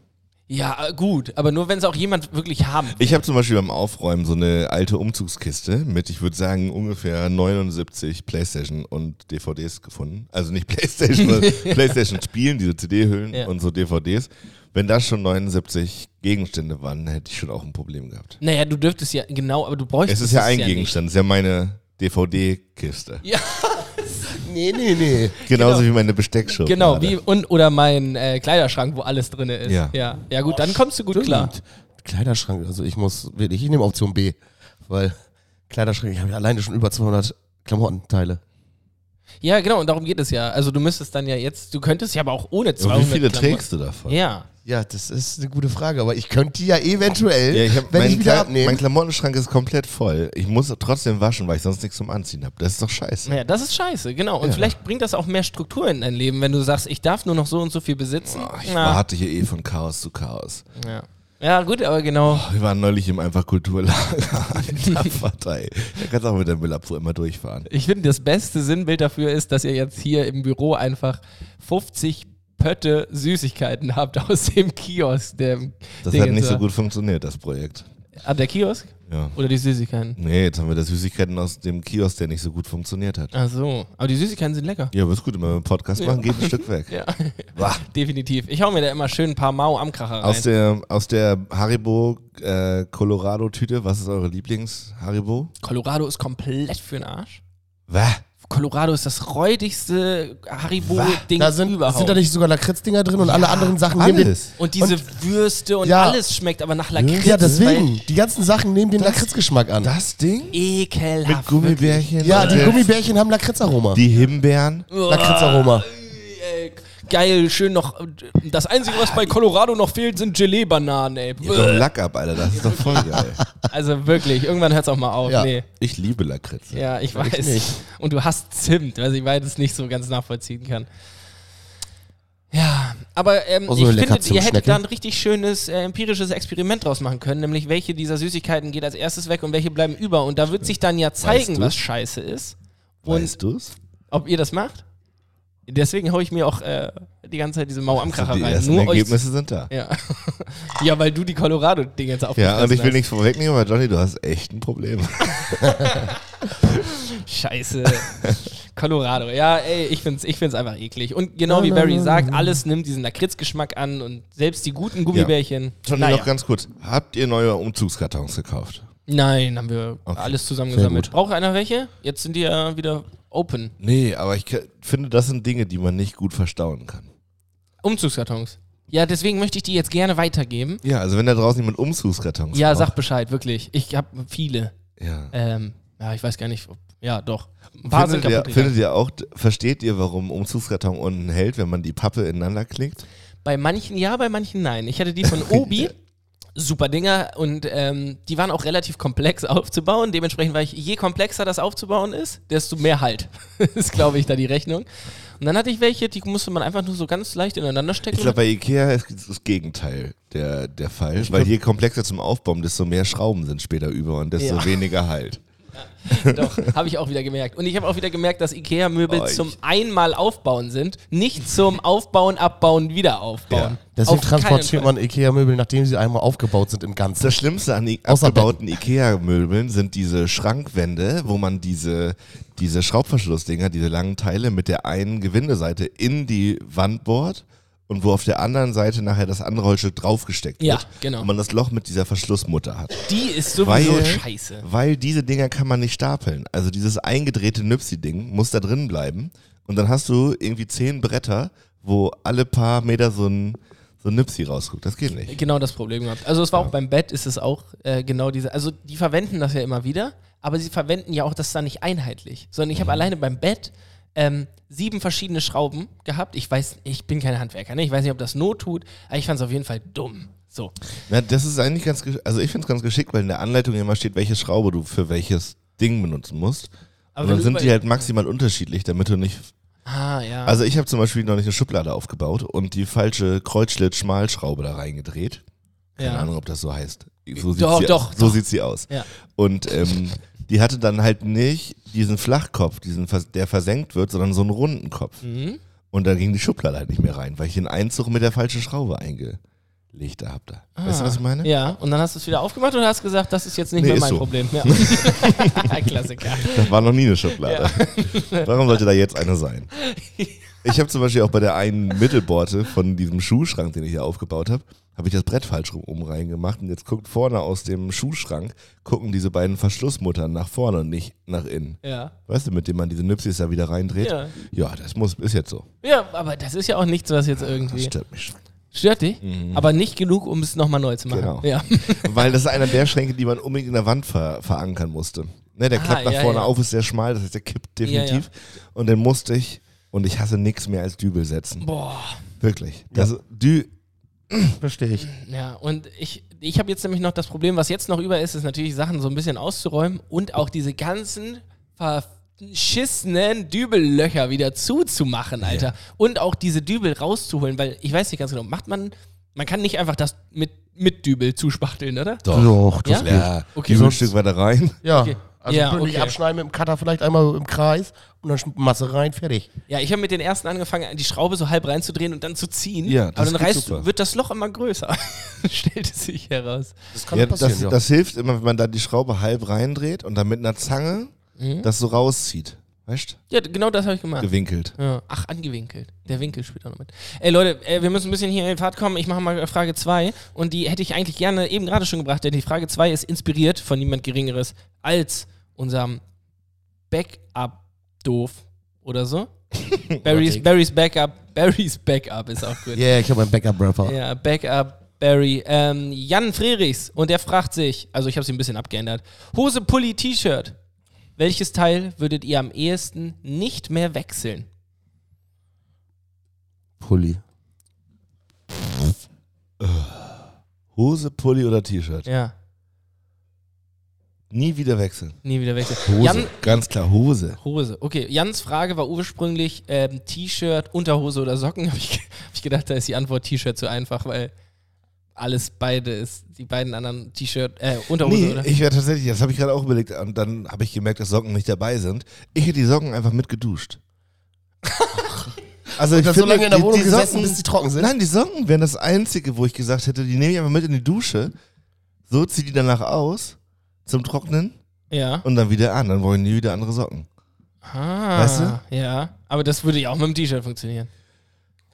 [SPEAKER 1] ja, äh, gut, aber nur wenn es auch jemand wirklich haben will.
[SPEAKER 3] Ich habe zum Beispiel beim Aufräumen so eine alte Umzugskiste mit, ich würde sagen, ungefähr 79 Playstation und DVDs gefunden. Also nicht Playstation, sondern Playstation-Spielen, diese CD-Hüllen
[SPEAKER 1] Ja.
[SPEAKER 3] und so DVDs. Wenn das schon 79 Gegenstände waren, hätte ich schon auch ein Problem gehabt.
[SPEAKER 1] Naja, du dürftest ja, genau, aber du bräuchtest
[SPEAKER 3] es ist ja ein
[SPEAKER 1] nicht.
[SPEAKER 3] Gegenstand, es ist ja meine DVD-Kiste.
[SPEAKER 1] Ja,
[SPEAKER 4] Nee, nee, nee.
[SPEAKER 3] Genauso wie meine Besteckschublade.
[SPEAKER 1] genau, wie und oder mein äh, Kleiderschrank, wo alles drin ist.
[SPEAKER 3] Ja.
[SPEAKER 1] ja. Ja, gut, dann kommst du gut klar.
[SPEAKER 4] Stimmt. Kleiderschrank, also ich muss wirklich, ich nehme Option B, weil Kleiderschrank, ich habe ja alleine schon über 200 Klamottenteile.
[SPEAKER 1] Ja, genau, und darum geht es ja. Also du müsstest dann ja jetzt, du könntest ja aber auch ohne 200
[SPEAKER 3] Und wie viele
[SPEAKER 1] Klamotten-
[SPEAKER 3] trägst du davon?
[SPEAKER 1] Ja.
[SPEAKER 4] Ja, das ist eine gute Frage, aber ich könnte die ja eventuell,
[SPEAKER 3] Ja, ich hab,
[SPEAKER 4] wenn
[SPEAKER 3] mein,
[SPEAKER 4] ich wieder
[SPEAKER 3] Kle- mein
[SPEAKER 4] abnehme.
[SPEAKER 3] Klamottenschrank ist komplett voll. Ich muss trotzdem waschen, weil ich sonst nichts zum Anziehen habe. Das ist doch scheiße.
[SPEAKER 1] Ja, das ist scheiße, genau. Und
[SPEAKER 3] Ja.
[SPEAKER 1] vielleicht bringt das auch mehr Struktur in dein Leben, wenn du sagst, ich darf nur noch so und so viel besitzen.
[SPEAKER 3] Ach, ich
[SPEAKER 1] Na,
[SPEAKER 3] warte hier eh von Chaos zu Chaos.
[SPEAKER 1] ja. Ja, gut, aber genau.
[SPEAKER 3] Wir waren neulich im einfach Kulturlager. Alter Vater, ey. Da kannst du auch mit der Müllabfuhr immer durchfahren.
[SPEAKER 1] Ich finde, das beste Sinnbild dafür ist, dass ihr jetzt hier im Büro einfach 50 Pötte Süßigkeiten habt aus dem Kiosk. Der,
[SPEAKER 3] Das hat nicht so gut funktioniert, das Projekt.
[SPEAKER 1] Ah, der Kiosk?
[SPEAKER 3] Ja.
[SPEAKER 1] Oder die Süßigkeiten?
[SPEAKER 3] Nee, jetzt haben wir da Süßigkeiten aus dem Kiosk, der nicht so gut funktioniert hat.
[SPEAKER 1] Ach so. Aber die Süßigkeiten sind lecker.
[SPEAKER 3] Ja, aber ist gut, wenn wir einen Podcast machen, geht ein Stück weg.
[SPEAKER 1] Ja,
[SPEAKER 3] Bah.
[SPEAKER 1] definitiv. Ich hau mir da immer schön ein paar Mau am Kracher rein.
[SPEAKER 3] Aus der, aus der Haribo äh, Colorado-Tüte, was ist eure Lieblings-Haribo?
[SPEAKER 1] Colorado ist komplett für den Arsch.
[SPEAKER 3] Wah.
[SPEAKER 1] Colorado ist das räudigste Haribo-Ding
[SPEAKER 4] Da sind,
[SPEAKER 1] überhaupt.
[SPEAKER 4] sind da nicht sogar Lakritzdinger drin und alle anderen Sachen nehmen den.
[SPEAKER 3] Alles.
[SPEAKER 1] und diese Würste und
[SPEAKER 4] Ja.
[SPEAKER 1] alles schmeckt aber nach Lakritz.
[SPEAKER 4] Ja,
[SPEAKER 1] weil-
[SPEAKER 4] deswegen. Die ganzen Sachen nehmen den Lakritzgeschmack an.
[SPEAKER 3] Das Ding? Mit
[SPEAKER 1] Ekelhaft.
[SPEAKER 3] Gummibärchen?
[SPEAKER 4] Ja, die
[SPEAKER 3] und-
[SPEAKER 4] Gummibärchen haben Lakritzaroma.
[SPEAKER 3] Die Himbeeren?
[SPEAKER 4] Lakritzaroma.
[SPEAKER 1] Äh, Oh, Geil, schön noch. Das Einzige, was bei Colorado noch fehlt, sind Gelee-Bananen, ey.
[SPEAKER 3] Ja, doch Lack ab, Alter, das ist doch voll geil.
[SPEAKER 1] Also wirklich, irgendwann hört's auch mal auf.
[SPEAKER 4] Ja.
[SPEAKER 1] Nee.
[SPEAKER 3] Ich liebe Lakritz.
[SPEAKER 1] Ja, ich
[SPEAKER 4] Ich
[SPEAKER 1] weiß.
[SPEAKER 4] nicht.
[SPEAKER 1] Und du hast Zimt, was ich beides nicht so ganz nachvollziehen kann. Ja, aber ähm,
[SPEAKER 4] Oh, so
[SPEAKER 1] ich finde, ihr
[SPEAKER 4] lecker
[SPEAKER 1] hättet
[SPEAKER 4] Zimtschnecke.
[SPEAKER 1] da ein richtig schönes äh, empirisches Experiment draus machen können, nämlich welche dieser Süßigkeiten geht als erstes weg und welche bleiben über. Und da wird sich dann ja zeigen,
[SPEAKER 3] Weißt du?
[SPEAKER 1] was scheiße ist. Und
[SPEAKER 3] Weißt du's?
[SPEAKER 1] ob ihr das macht? Deswegen haue ich mir auch äh, die ganze Zeit diese Mau am Kracher
[SPEAKER 3] Also Die
[SPEAKER 1] rein.
[SPEAKER 3] ersten
[SPEAKER 1] Nur euch zu-
[SPEAKER 3] Ergebnisse sind da.
[SPEAKER 1] ja. ja, weil du die Colorado-Dinge jetzt aufgefressen
[SPEAKER 3] Ja, und ich will
[SPEAKER 1] hast.
[SPEAKER 3] nichts vorwegnehmen, aber Johnny, du hast echt ein Problem.
[SPEAKER 1] Scheiße. Colorado. Ja, ey, ich find's, ich find's einfach eklig. Und genau wie Barry sagt, alles nimmt diesen Lakritzgeschmack an und selbst die guten Gummibärchen.
[SPEAKER 3] Johnny,
[SPEAKER 1] Naja.
[SPEAKER 3] noch ganz kurz. Habt ihr neue Umzugskartons gekauft?
[SPEAKER 1] Nein, haben wir
[SPEAKER 3] Okay.
[SPEAKER 1] alles zusammengesammelt. Braucht einer welche? Jetzt sind die ja wieder open.
[SPEAKER 3] Nee, aber ich ke- finde, das sind Dinge, die man nicht gut verstauen kann.
[SPEAKER 1] Umzugskartons. Ja, deswegen möchte ich die jetzt gerne weitergeben.
[SPEAKER 3] Ja, also wenn da draußen jemand Umzugskartons
[SPEAKER 1] Ja, sag
[SPEAKER 3] braucht,
[SPEAKER 1] Bescheid, wirklich. Ich habe viele.
[SPEAKER 3] Ja.
[SPEAKER 1] Ähm, ja, ich weiß gar nicht. Ob, ja, doch. Ein paar sind
[SPEAKER 3] Findet ihr,
[SPEAKER 1] kaputt gegangen.
[SPEAKER 3] findet ihr auch, versteht ihr, warum Umzugskarton unten hält, wenn man die Pappe ineinander klickt?
[SPEAKER 1] Bei manchen ja, bei manchen nein. Ich hatte die von Obi. Super Dinger und ähm, die waren auch relativ komplex aufzubauen. Dementsprechend, weil ich, je komplexer das aufzubauen ist, desto mehr halt. ist, glaube ich, da die Rechnung. Und dann hatte ich welche, die musste man einfach nur so ganz leicht ineinander stecken.
[SPEAKER 3] Ich glaube, bei Ikea ist das Gegenteil der, der Fall, weil je komplexer zum Aufbauen, desto mehr Schrauben sind später über und desto
[SPEAKER 1] Ja.
[SPEAKER 3] weniger halt.
[SPEAKER 1] Doch, habe ich auch wieder gemerkt. Und ich habe auch wieder gemerkt, dass Ikea-Möbel
[SPEAKER 3] Oh, ich-
[SPEAKER 1] zum einmal aufbauen sind, nicht zum Aufbauen, abbauen, wieder aufbauen.
[SPEAKER 3] Ja.
[SPEAKER 4] Deswegen
[SPEAKER 1] Auf keinen
[SPEAKER 4] transportiert
[SPEAKER 1] Fall.
[SPEAKER 4] man Ikea-Möbel, nachdem sie einmal aufgebaut sind, im Ganzen.
[SPEAKER 3] Das Schlimmste an den
[SPEAKER 4] Außer
[SPEAKER 3] abgebauten Ikea-Möbeln sind diese Schrankwände, wo man diese, diese Schraubverschlussdinger, diese langen Teile mit der einen Gewindeseite in die Wand bohrt und wo auf der anderen Seite nachher das andere Holzstück draufgesteckt
[SPEAKER 1] Ja,
[SPEAKER 3] wird
[SPEAKER 1] genau.
[SPEAKER 3] und man das Loch mit dieser Verschlussmutter hat.
[SPEAKER 1] Die ist sowieso
[SPEAKER 3] Weil,
[SPEAKER 1] scheiße.
[SPEAKER 3] weil diese Dinger kann man nicht stapeln. Also dieses eingedrehte Nüpsi-Ding muss da drin bleiben. Und dann hast du irgendwie zehn Bretter, wo alle paar Meter so ein, so ein Nüpsi rausguckt. Das geht nicht.
[SPEAKER 1] genau das Problem gehabt. Also es war auch beim Bett, ist es auch äh, genau diese. Also die verwenden das ja immer wieder, aber sie verwenden ja auch das dann nicht einheitlich. Sondern
[SPEAKER 3] Mhm.
[SPEAKER 1] ich habe alleine beim Bett ähm, sieben verschiedene Schrauben gehabt. Ich weiß, ich bin kein Handwerker, ne? Ich weiß nicht, ob das Not tut, aber ich fand es auf jeden Fall dumm. So.
[SPEAKER 3] Na, das ist eigentlich ganz, gesch- also ich finde es ganz geschickt, weil in der Anleitung ja immer steht, welche Schraube du für welches Ding benutzen musst.
[SPEAKER 1] Aber wenn
[SPEAKER 3] und dann
[SPEAKER 1] du
[SPEAKER 3] sind die
[SPEAKER 1] überall-
[SPEAKER 3] halt maximal unterschiedlich, damit du nicht.
[SPEAKER 1] Ah, ja.
[SPEAKER 3] Also ich habe zum Beispiel noch nicht eine Schublade aufgebaut und die falsche Kreuzschlitt-Schmalschraube da reingedreht. Keine
[SPEAKER 1] ja.
[SPEAKER 3] Ahnung, ob das so heißt. So sieht,
[SPEAKER 1] Doch,
[SPEAKER 3] sie,
[SPEAKER 1] doch,
[SPEAKER 3] so
[SPEAKER 1] doch.
[SPEAKER 3] sieht sie aus.
[SPEAKER 1] Ja.
[SPEAKER 3] Und ähm, die hatte dann halt nicht diesen Flachkopf, diesen, vers- der versenkt wird, sondern so einen runden Kopf.
[SPEAKER 1] Mhm.
[SPEAKER 3] Und dann ging die Schublade halt nicht mehr rein, weil ich den Einzug mit der falschen Schraube eingelegt habe. Da. Weißt du,
[SPEAKER 1] Ah.
[SPEAKER 3] was ich meine?
[SPEAKER 1] ja, und dann hast du es wieder aufgemacht und hast gesagt, das ist jetzt nicht
[SPEAKER 3] Ne? Nee,
[SPEAKER 1] mehr
[SPEAKER 3] ist
[SPEAKER 1] mein
[SPEAKER 3] so.
[SPEAKER 1] Problem. Ja. Klassiker.
[SPEAKER 3] Da war noch nie eine Schublade. Warum sollte da jetzt eine sein? Ich habe zum Beispiel auch bei der einen Mittelborte von diesem Schuhschrank, den ich hier aufgebaut habe, habe ich das Brett falsch rum oben reingemacht und jetzt guckt vorne aus dem Schuhschrank, gucken diese beiden Verschlussmuttern nach vorne und nicht nach innen.
[SPEAKER 1] Ja.
[SPEAKER 3] Weißt du, mit dem man diese Nipsis da wieder reindreht?
[SPEAKER 1] Ja.
[SPEAKER 3] ja das muss, ist jetzt so.
[SPEAKER 1] ja, aber das ist ja auch nichts, was jetzt
[SPEAKER 3] Das
[SPEAKER 1] irgendwie.
[SPEAKER 3] stört mich schon.
[SPEAKER 1] Stört dich? Aber nicht genug, um es nochmal neu zu machen.
[SPEAKER 3] Genau.
[SPEAKER 1] Ja.
[SPEAKER 3] Weil das ist einer der Schränke, die man unbedingt in der Wand ver verankern musste. Ne, der
[SPEAKER 1] Ah,
[SPEAKER 3] klappt nach
[SPEAKER 1] ja,
[SPEAKER 3] vorne
[SPEAKER 1] ja.
[SPEAKER 3] auf, ist sehr schmal, das heißt, der kippt definitiv. Und den musste ich, und ich hasse nichts mehr als Dübel setzen.
[SPEAKER 1] Boah.
[SPEAKER 3] Wirklich. Das, Dü
[SPEAKER 4] Verstehe ich.
[SPEAKER 1] Ja, und ich, ich habe jetzt nämlich noch das Problem, was jetzt noch über ist, ist natürlich Sachen so ein bisschen auszuräumen und auch diese ganzen verschissenen Dübellöcher wieder zuzumachen, Alter. Und auch diese Dübel rauszuholen, weil ich weiß nicht ganz genau, macht man, Man kann nicht einfach das mit, mit Dübel zuspachteln, oder?
[SPEAKER 4] Doch, Doch das
[SPEAKER 1] Ja?
[SPEAKER 4] geht.
[SPEAKER 3] Ja,
[SPEAKER 1] Okay.
[SPEAKER 3] okay, so ein Stück weiter rein.
[SPEAKER 4] Ja.
[SPEAKER 1] Okay.
[SPEAKER 4] Also
[SPEAKER 1] Ja,
[SPEAKER 4] wirklich
[SPEAKER 1] okay.
[SPEAKER 4] abschneiden mit dem Cutter vielleicht einmal im Kreis und dann schn- Masse rein, fertig.
[SPEAKER 1] Ja, ich habe mit den ersten angefangen, die Schraube so halb reinzudrehen und dann zu ziehen.
[SPEAKER 3] Ja, das
[SPEAKER 1] Aber dann
[SPEAKER 3] geht
[SPEAKER 1] reißt,
[SPEAKER 3] super.
[SPEAKER 1] wird das Loch immer größer, stellte sich heraus.
[SPEAKER 4] Das kann
[SPEAKER 3] ja,
[SPEAKER 4] doch passieren,
[SPEAKER 3] das,
[SPEAKER 4] ja.
[SPEAKER 3] das hilft immer, wenn man da die Schraube halb reindreht und dann mit einer Zange das so rauszieht. Weißt
[SPEAKER 1] Ja, d- genau das habe ich gemacht.
[SPEAKER 3] du? Gewinkelt.
[SPEAKER 1] ja. Ach, angewinkelt. Der Winkel spielt auch noch mit. Ey, Leute, äh, wir müssen ein bisschen hier in Fahrt kommen. Ich mache mal Frage 2 und die hätte ich eigentlich gerne eben gerade schon gebracht, denn die Frage 2 ist inspiriert von niemand Geringeres als unserem Backup-Doof oder so. Barry's, Barry's Backup. Barry's Backup ist auch gut.
[SPEAKER 4] Ja, yeah, ich habe einen Backup-Rapper.
[SPEAKER 1] Ja, Backup Barry. Ähm, Jan Frerichs. Und der fragt sich, also ich habe sie ein bisschen abgeändert. Hose, Pulli, T-Shirt. Welches Teil würdet ihr am ehesten nicht mehr wechseln?
[SPEAKER 4] Pulli.
[SPEAKER 3] Hose, Pulli oder T-Shirt.
[SPEAKER 1] Ja,
[SPEAKER 3] Nie wieder wechseln.
[SPEAKER 1] nie wieder wechseln.
[SPEAKER 3] Hose.
[SPEAKER 1] Jan
[SPEAKER 3] Ganz klar, Hose.
[SPEAKER 1] Hose. Okay, Jans Frage war ursprünglich ähm, T-Shirt, Unterhose oder Socken. Habe ich, ge- hab ich gedacht, da ist die Antwort T-Shirt zu einfach, weil alles beide ist. Die beiden anderen T-Shirt, äh, Unterhose
[SPEAKER 3] Nee,
[SPEAKER 1] oder?
[SPEAKER 3] ich wäre tatsächlich, das habe ich gerade auch überlegt und dann habe ich gemerkt, dass Socken nicht dabei sind. Ich hätte die Socken einfach mitgeduscht. Also ich
[SPEAKER 4] dann so lange in der Wohnung gesessen, bis die trocken sind?
[SPEAKER 3] Nein, Also die Socken wären das Einzige, wo ich gesagt hätte, die nehme ich einfach mit in die Dusche, so zieh die danach aus zum Trocknen
[SPEAKER 1] Ja.
[SPEAKER 3] und dann wieder an. Dann wollen die wieder andere Socken.
[SPEAKER 1] Ah,
[SPEAKER 3] Weißt du?
[SPEAKER 1] Ja, aber das würde ja auch mit dem T-Shirt funktionieren.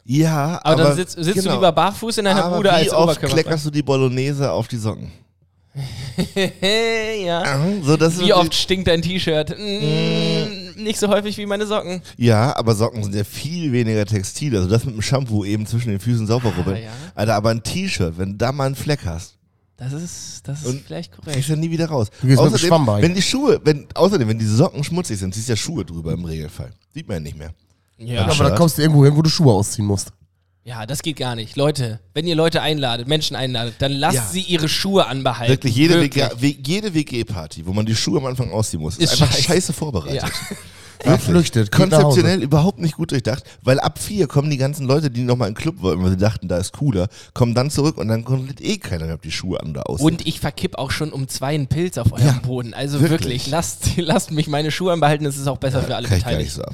[SPEAKER 3] Ja,
[SPEAKER 1] Aber, dann sitzt, sitzt
[SPEAKER 3] genau.
[SPEAKER 1] du lieber barfuß in deiner
[SPEAKER 3] aber
[SPEAKER 1] Bude
[SPEAKER 3] wie
[SPEAKER 1] als
[SPEAKER 3] oft
[SPEAKER 1] Oberkörper. ne?
[SPEAKER 3] kleckerst du die Bolognese auf die Socken?
[SPEAKER 1] ja.
[SPEAKER 3] Ah, So, das ist
[SPEAKER 1] Wie oft stinkt dein T-Shirt? Mm, Nicht so häufig wie meine Socken.
[SPEAKER 3] Ja, aber Socken sind ja viel weniger textil. Also das mit dem Shampoo eben zwischen den Füßen sauber rubbeln.
[SPEAKER 1] Ah, ja.
[SPEAKER 3] Alter, aber ein T-Shirt, wenn du da mal einen Fleck hast,
[SPEAKER 1] Das ist, das ist
[SPEAKER 3] Und-
[SPEAKER 1] vielleicht
[SPEAKER 3] kriegst
[SPEAKER 1] korrekt.
[SPEAKER 3] du ja nie wieder raus.
[SPEAKER 4] Du gehst mit dem Schwamm bei.
[SPEAKER 3] wenn die Schuhe, wenn, außerdem, wenn die Socken schmutzig sind, ziehst du ja Schuhe drüber im Regelfall. Sieht man ja nicht mehr.
[SPEAKER 1] Ja.
[SPEAKER 4] Aber dann kommst du irgendwo hin, wo du Schuhe ausziehen musst.
[SPEAKER 1] ja, das geht gar nicht. Leute, wenn ihr Leute einladet, Menschen einladet, dann lasst
[SPEAKER 3] Ja.
[SPEAKER 1] sie ihre Schuhe anbehalten.
[SPEAKER 3] Wirklich, jede, WG, W- jede WG-Party, wo man die Schuhe am Anfang ausziehen muss, ist,
[SPEAKER 1] Ist
[SPEAKER 3] einfach
[SPEAKER 1] scheiße.
[SPEAKER 3] scheiße, vorbereitet.
[SPEAKER 1] Ja.
[SPEAKER 3] Wirklich.
[SPEAKER 4] Geflüchtet, geht nach Hause.
[SPEAKER 3] Konzeptionell überhaupt nicht gut durchdacht, weil ab vier kommen die ganzen Leute, die nochmal in den Club wollten, weil sie dachten, da ist cooler, kommen dann zurück und dann kontrolliert eh keiner mehr, ob die Schuhe an oder aus. sind.
[SPEAKER 1] Und ich verkipp auch schon um zwei einen Pilz auf eurem
[SPEAKER 3] Ja,
[SPEAKER 1] Boden. Also wirklich,
[SPEAKER 3] wirklich.
[SPEAKER 1] lasst, lasst mich meine Schuhe anbehalten, das ist auch besser für alle
[SPEAKER 3] kann ich gar
[SPEAKER 1] Beteiligten.
[SPEAKER 3] nicht so ab.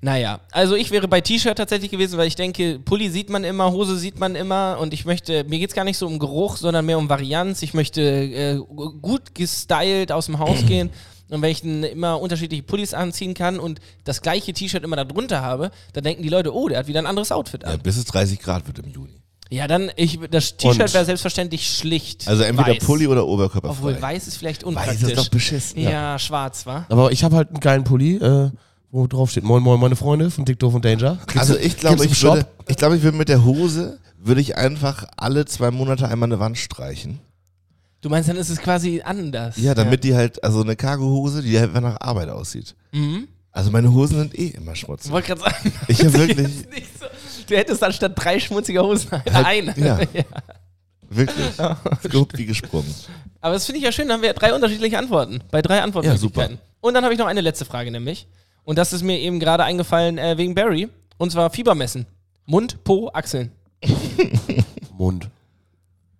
[SPEAKER 1] Naja, also ich wäre bei T-Shirt tatsächlich gewesen, weil ich denke, Pulli sieht man immer, Hose sieht man immer und ich möchte, mir geht's gar nicht so um Geruch, sondern mehr um Varianz. Ich möchte äh, gu- gut gestylt aus dem Haus gehen und wenn ich dann immer unterschiedliche Pullis anziehen kann und das gleiche T-Shirt immer darunter habe, dann denken die Leute, oh, der hat wieder ein anderes Outfit
[SPEAKER 3] Ja,
[SPEAKER 1] an.
[SPEAKER 3] bis es 30 Grad wird im Juni.
[SPEAKER 1] Ja, dann, ich, das T-Shirt
[SPEAKER 4] Und-
[SPEAKER 1] wäre selbstverständlich schlicht.
[SPEAKER 3] Also entweder
[SPEAKER 1] weiß.
[SPEAKER 3] Pulli oder Oberkörper.
[SPEAKER 1] Obwohl, weiß ist vielleicht
[SPEAKER 3] weiß
[SPEAKER 1] unpraktisch.
[SPEAKER 3] ist doch beschissen.
[SPEAKER 1] ja, schwarz, wa?
[SPEAKER 4] Aber ich habe halt einen geilen Pulli, äh, wo drauf steht, moin moin meine Freunde von Dick Doof und Danger.
[SPEAKER 3] Also ich glaube,
[SPEAKER 4] gibt's
[SPEAKER 3] ich
[SPEAKER 4] im Shop?
[SPEAKER 3] würde, ich glaube, ich würde mit der Hose würde ich einfach alle zwei Monate einmal eine Wand streichen.
[SPEAKER 1] Du meinst, dann ist es quasi anders.
[SPEAKER 3] Ja, damit die halt, also eine Cargohose, die halt nach Arbeit aussieht.
[SPEAKER 1] Mhm.
[SPEAKER 3] Also meine Hosen sind eh immer schmutzig.
[SPEAKER 1] Ich wollte gerade sagen,
[SPEAKER 3] Ich habe
[SPEAKER 1] Das
[SPEAKER 3] wirklich,
[SPEAKER 1] ist nicht so. Du hättest anstatt drei schmutzige Hosen eine. eine.
[SPEAKER 3] Halt, ja. wirklich,
[SPEAKER 1] Oh,
[SPEAKER 3] grob wie gesprungen.
[SPEAKER 1] Aber das finde ich ja schön, da haben wir drei unterschiedliche Antworten. Bei drei Antwortmöglichkeiten. Und dann habe ich noch eine letzte Frage nämlich. Und das ist mir eben gerade eingefallen äh, wegen Barry. Und zwar Fiebermessen. Mund, Po, Achseln.
[SPEAKER 4] Mund.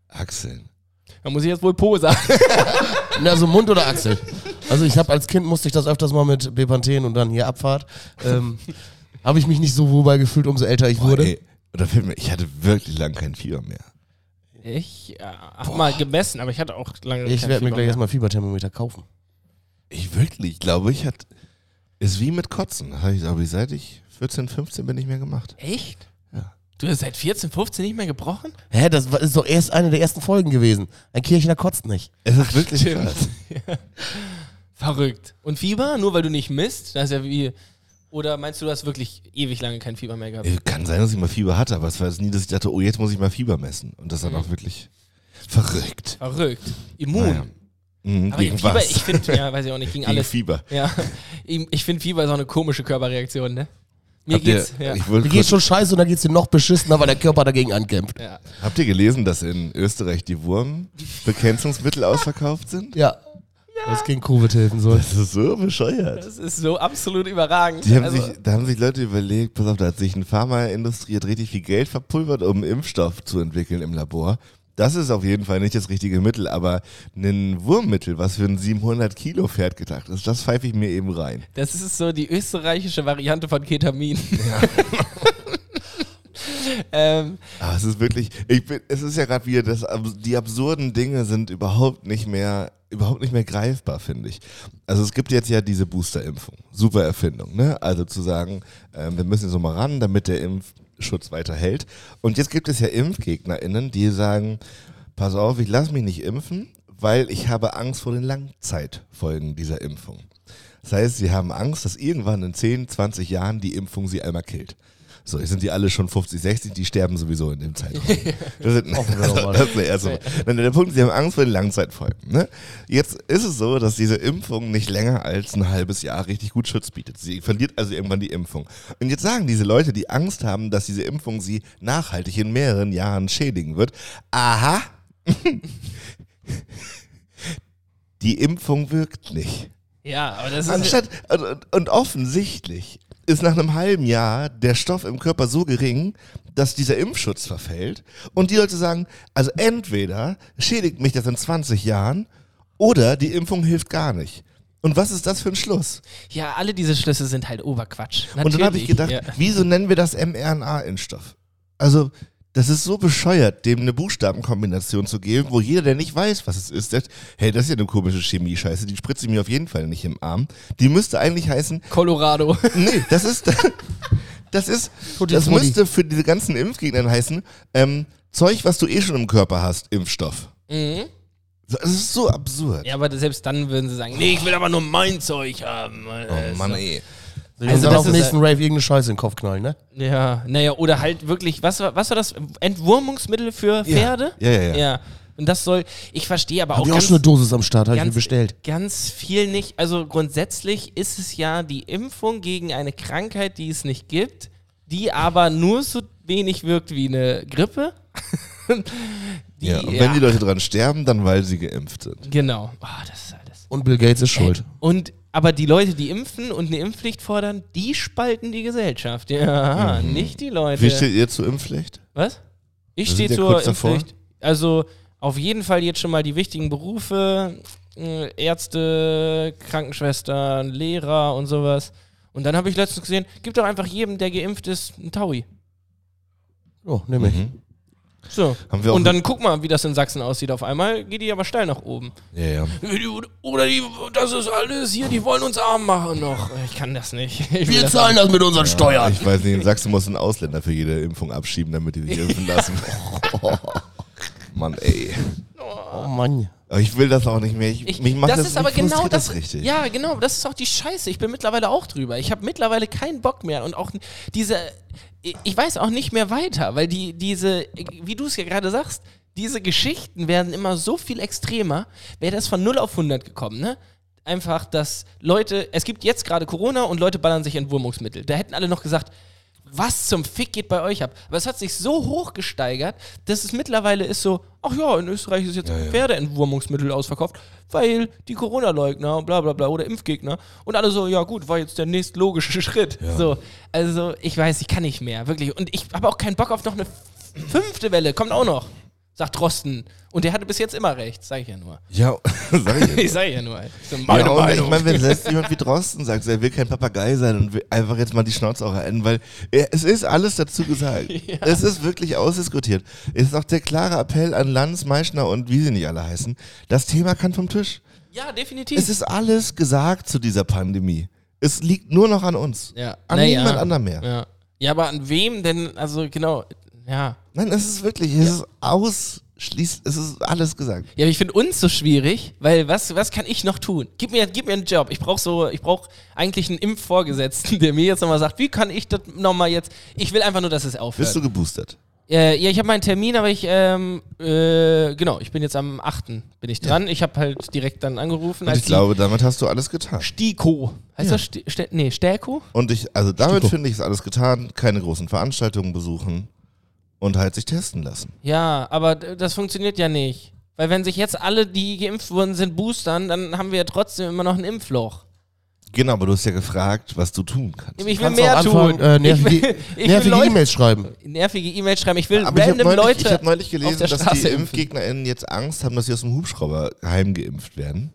[SPEAKER 3] Achseln.
[SPEAKER 1] Da muss ich jetzt wohl Po sagen.
[SPEAKER 4] Also Mund oder Achsel. Also ich habe als Kind musste ich das öfters mal mit Bepanthen und dann hier Abfahrt. Ähm, habe ich mich nicht so wohl bei gefühlt, umso älter ich
[SPEAKER 3] Boah,
[SPEAKER 4] wurde.
[SPEAKER 3] ey, oder fällt mir, ich hatte wirklich lange kein Fieber mehr.
[SPEAKER 1] Ich äh, habe mal gemessen, aber ich hatte auch lange
[SPEAKER 4] ich
[SPEAKER 1] kein
[SPEAKER 4] werde mir
[SPEAKER 1] Fieber
[SPEAKER 4] gleich
[SPEAKER 1] mehr.
[SPEAKER 4] erstmal Fieberthermometer kaufen.
[SPEAKER 3] Ich wirklich, glaube ich, hat, ist wie mit Kotzen. Das habe ich, glaube ich, seit ich 14, 15 bin ich mehr gemacht.
[SPEAKER 1] Echt?
[SPEAKER 3] Ja.
[SPEAKER 1] Du hast seit 14, 15 nicht mehr gebrochen?
[SPEAKER 4] Hä, das war- ist doch erst eine der ersten Folgen gewesen. Ein Kirchner kotzt nicht.
[SPEAKER 3] Es ist wirklich krass.
[SPEAKER 1] Verrückt. Und Fieber? Nur weil du nicht misst? Das ist ja wie. Oder meinst du, du hast wirklich ewig lange kein Fieber mehr gehabt?
[SPEAKER 3] Äh, Kann sein, dass ich mal Fieber hatte, aber es war jetzt nie, dass ich dachte, oh, jetzt muss ich mal Fieber messen. Und
[SPEAKER 1] Mhm.
[SPEAKER 3] das dann auch wirklich verrückt.
[SPEAKER 1] Verrückt. Immun.
[SPEAKER 3] Naja. Mhm,
[SPEAKER 1] Aber
[SPEAKER 3] gegen
[SPEAKER 1] Fieber,
[SPEAKER 3] was?
[SPEAKER 1] ich finde, ja, weiß ich auch nicht, gegen
[SPEAKER 3] gegen
[SPEAKER 1] alles.
[SPEAKER 3] Fieber.
[SPEAKER 1] Ja, ich, ich finde Fieber ist auch eine komische Körperreaktion, ne? Mir
[SPEAKER 3] Habt
[SPEAKER 1] geht's,
[SPEAKER 3] ihr,
[SPEAKER 1] ja.
[SPEAKER 3] ich wollte
[SPEAKER 4] Du gehst
[SPEAKER 3] kurz,
[SPEAKER 4] schon scheiße und dann geht's dir noch beschissener, weil der Körper dagegen ankämpft.
[SPEAKER 1] ja.
[SPEAKER 3] habt ihr gelesen, dass in Österreich die Wurmbekämpfungsmittel ausverkauft sind?
[SPEAKER 4] Ja. Also was gegen Covid helfen soll.
[SPEAKER 3] Das ist so bescheuert.
[SPEAKER 1] Das ist so absolut überragend.
[SPEAKER 3] Die haben
[SPEAKER 1] Also,
[SPEAKER 3] sich, da haben sich Leute überlegt, pass auf, da hat sich eine Pharmaindustrie hat richtig viel Geld verpulvert, um einen Impfstoff zu entwickeln im Labor. Das ist auf jeden Fall nicht das richtige Mittel, aber ein Wurmmittel, was für ein 700 Kilo Pferd gedacht ist, das pfeife ich mir eben rein.
[SPEAKER 1] das ist so die österreichische Variante von Ketamin. ähm,
[SPEAKER 3] Aber Ah, es ist wirklich, ich bin, es ist ja gerade wieder, das, abs- die absurden Dinge sind überhaupt nicht mehr, überhaupt nicht mehr greifbar, finde ich. Also es gibt jetzt ja diese Boosterimpfung, super Erfindung, ne? Also zu sagen, ähm, wir müssen so mal ran, damit der Impfschutz weiterhält. Und jetzt gibt es ja ImpfgegnerInnen, die sagen, pass auf, ich lasse mich nicht impfen, weil ich habe Angst vor den Langzeitfolgen dieser Impfung. Das heißt, sie haben Angst, dass irgendwann in 10, 20 Jahren die Impfung sie einmal killt. So, jetzt sind die alle schon 50, 60, die sterben sowieso in dem Zeitraum. Das, sind,
[SPEAKER 4] Hoffen wir doch mal.
[SPEAKER 3] das ist der erste Punkt. Dann der Punkt, ist, sie haben Angst vor den Langzeitfolgen. Ne? Jetzt ist es so, dass diese Impfung nicht länger als ein halbes Jahr richtig gut Schutz bietet. Sie verliert also irgendwann die Impfung. Und jetzt sagen diese Leute, die Angst haben, dass diese Impfung sie nachhaltig in mehreren Jahren schädigen wird, aha, die Impfung wirkt nicht.
[SPEAKER 1] ja, aber das ist.
[SPEAKER 3] Anstatt, und, und- und offensichtlich ist nach einem halben Jahr der Stoff im Körper so gering, dass dieser Impfschutz verfällt. Und die Leute sagen, also entweder schädigt mich das in 20 Jahren oder die Impfung hilft gar nicht. Und was ist das für ein Schluss?
[SPEAKER 1] ja, alle diese Schlüsse sind halt Oberquatsch.
[SPEAKER 3] Und dann habe ich gedacht,
[SPEAKER 1] ja.
[SPEAKER 3] wieso nennen wir das mRNA-Impfstoff? Also, das ist so bescheuert, dem eine Buchstabenkombination zu geben, wo jeder, der nicht weiß, was es ist, sagt, hey, das ist ja eine komische Chemie-Scheiße, die spritze ich mir auf jeden Fall nicht im Arm. Die müsste eigentlich heißen,
[SPEAKER 1] Colorado.
[SPEAKER 3] Nee, das ist. Das ist.
[SPEAKER 4] Tutti
[SPEAKER 3] das
[SPEAKER 4] frutti.
[SPEAKER 3] müsste für diese ganzen Impfgegnern heißen: ähm, Zeug, was du eh schon im Körper hast, Impfstoff.
[SPEAKER 1] Mhm.
[SPEAKER 3] So, Das ist so absurd.
[SPEAKER 1] Ja, aber selbst dann würden sie sagen, nee, ich will aber nur mein Zeug haben.
[SPEAKER 3] Oh Mann, ey.
[SPEAKER 4] Also dann
[SPEAKER 1] das
[SPEAKER 4] auf dem
[SPEAKER 1] ist,
[SPEAKER 4] nächsten Rave irgendeine Scheiße in den Kopf knallen, ne?
[SPEAKER 1] Ja, naja, oder halt wirklich, was war, was war das? Entwurmungsmittel für Pferde?
[SPEAKER 3] Ja, ja, ja.
[SPEAKER 1] Und das soll, ich verstehe aber
[SPEAKER 4] Hab
[SPEAKER 1] auch
[SPEAKER 4] ich auch
[SPEAKER 1] ganz,
[SPEAKER 4] schon eine Dosis am Start, habe ich mir
[SPEAKER 1] ganz,
[SPEAKER 4] bestellt.
[SPEAKER 1] ganz viel nicht. Also grundsätzlich ist es ja die Impfung gegen eine Krankheit, die es nicht gibt, die aber nur so wenig wirkt wie eine Grippe. die,
[SPEAKER 3] Ja, und wenn die Leute dran sterben, dann weil sie geimpft sind.
[SPEAKER 1] Genau. Ah, das ist alles.
[SPEAKER 4] Und Bill Gates ist schuld.
[SPEAKER 1] Und aber die Leute, die impfen und eine Impfpflicht fordern, die spalten die Gesellschaft. Ja, nicht die Leute.
[SPEAKER 3] Wie steht Mhm. ihr zur Impfpflicht?
[SPEAKER 1] Was? Ich
[SPEAKER 3] Wir
[SPEAKER 1] stehe
[SPEAKER 3] sind ja
[SPEAKER 1] zur
[SPEAKER 3] kurz davor.
[SPEAKER 1] Impfpflicht. Also auf jeden Fall jetzt schon mal die wichtigen Berufe, äh, Ärzte, Krankenschwestern, Lehrer und sowas. Und dann habe ich letztens gesehen, gib doch einfach jedem, der geimpft ist, einen Taui.
[SPEAKER 4] Oh, nehme ich.
[SPEAKER 1] So.
[SPEAKER 3] Mhm. Haben wir auch
[SPEAKER 1] und dann guck mal, wie das in Sachsen aussieht. Auf einmal geht die aber steil nach oben.
[SPEAKER 3] Ja, ja.
[SPEAKER 1] Oder die, das ist alles hier, die wollen uns arm machen noch. Ich kann das nicht. Ich will
[SPEAKER 4] Wir
[SPEAKER 1] das
[SPEAKER 4] zahlen das mit unseren Steuern.
[SPEAKER 3] Ich weiß nicht, in Sachsen muss ein Ausländer für jede Impfung abschieben, damit die sich impfen lassen. Mann, ey.
[SPEAKER 4] Oh Mann.
[SPEAKER 3] Aber ich will das auch nicht mehr. Ich,
[SPEAKER 1] Ich,
[SPEAKER 3] mich macht
[SPEAKER 1] das,
[SPEAKER 3] das,
[SPEAKER 1] ist aber
[SPEAKER 3] mich frustriert
[SPEAKER 1] genau das,
[SPEAKER 3] das richtig.
[SPEAKER 1] Ja, genau, das ist auch die Scheiße. Ich bin mittlerweile auch drüber. Ich habe mittlerweile keinen Bock mehr und auch n- diese ich- ich weiß auch nicht mehr weiter, weil die diese wie du es ja gerade sagst, diese Geschichten werden immer so viel extremer. Wäre das von 0 auf 100 gekommen, ne? Einfach, dass Leute, es gibt jetzt gerade Corona und Leute ballern sich Entwurmungsmittel. Da hätten alle noch gesagt, was zum Fick geht bei euch ab? Aber es hat sich so hoch gesteigert, dass es mittlerweile ist so, ach ja, in Österreich ist jetzt Pferdeentwurmungsmittel ausverkauft, weil die Corona-Leugner und bla bla bla oder Impfgegner und alle so, ja gut, war jetzt der nächstlogische Schritt. So, also ich weiß, ich kann nicht mehr, wirklich. Und ich habe auch keinen Bock auf noch eine fünfte Welle, kommt auch noch, sagt Drosten. Und der hatte bis jetzt immer recht, sag ich ja nur.
[SPEAKER 3] Ja, sag ich jetzt.
[SPEAKER 1] Ich sag ja nur. also So
[SPEAKER 3] ja, und Ich meine, wenn selbst jemand wie Drosten sagt, er will kein Papagei sein und will einfach jetzt mal die Schnauze auch halten, weil äh, es ist alles dazu gesagt. Es ist wirklich ausdiskutiert. Es ist auch der klare Appell an Lanz, Meischner und wie sie nicht alle heißen, das Thema kann vom Tisch.
[SPEAKER 1] ja, definitiv.
[SPEAKER 3] Es ist alles gesagt zu dieser Pandemie. Es liegt nur noch an uns.
[SPEAKER 1] ja.
[SPEAKER 3] An
[SPEAKER 1] naja.
[SPEAKER 3] niemand anderem mehr.
[SPEAKER 1] Ja. ja, aber an wem denn? Also genau, ja.
[SPEAKER 3] Nein, es ist wirklich, es ist ausschließlich, es ist alles gesagt.
[SPEAKER 1] Ja, aber ich finde uns so schwierig, weil was, was kann ich noch tun? Gib mir, gib mir einen Job. Ich brauche so, ich brauche eigentlich einen Impfvorgesetzten, der mir jetzt nochmal sagt, wie kann ich das nochmal jetzt? Ich will einfach nur, dass es aufhört.
[SPEAKER 3] Bist du geboostert?
[SPEAKER 1] Äh, ja, ich habe meinen Termin, aber ich, ähm, äh, genau, ich bin jetzt am 8. bin ich dran. Ich habe halt direkt dann angerufen.
[SPEAKER 3] Und
[SPEAKER 1] als
[SPEAKER 3] ich glaube, damit hast du alles getan.
[SPEAKER 1] die Stiko. Heißt das Sti Ste nee, Stäko?
[SPEAKER 3] Und ich, also damit finde ich es alles getan. Keine großen Veranstaltungen besuchen und halt sich testen lassen.
[SPEAKER 1] Ja, aber d- das funktioniert ja nicht. Weil wenn sich jetzt alle, die geimpft wurden, sind boostern, dann haben wir ja trotzdem immer noch ein Impfloch.
[SPEAKER 3] Genau, aber du hast ja gefragt, was du tun kannst.
[SPEAKER 1] Ich will
[SPEAKER 4] Kannst
[SPEAKER 1] mehr
[SPEAKER 4] auch anfangen,
[SPEAKER 1] tun.
[SPEAKER 4] äh,
[SPEAKER 1] ich will,
[SPEAKER 4] nervige
[SPEAKER 1] ich will
[SPEAKER 4] nervige
[SPEAKER 1] Leute,
[SPEAKER 4] E-Mails schreiben.
[SPEAKER 1] nervige E-Mails schreiben. Ich will
[SPEAKER 3] Aber ich habe
[SPEAKER 1] random
[SPEAKER 3] neulich,
[SPEAKER 1] Leute.
[SPEAKER 3] ich hab neulich gelesen,
[SPEAKER 1] der
[SPEAKER 3] dass die
[SPEAKER 1] Straße impfen.
[SPEAKER 3] ImpfgegnerInnen jetzt Angst haben, dass sie aus dem Hubschrauber heimgeimpft werden.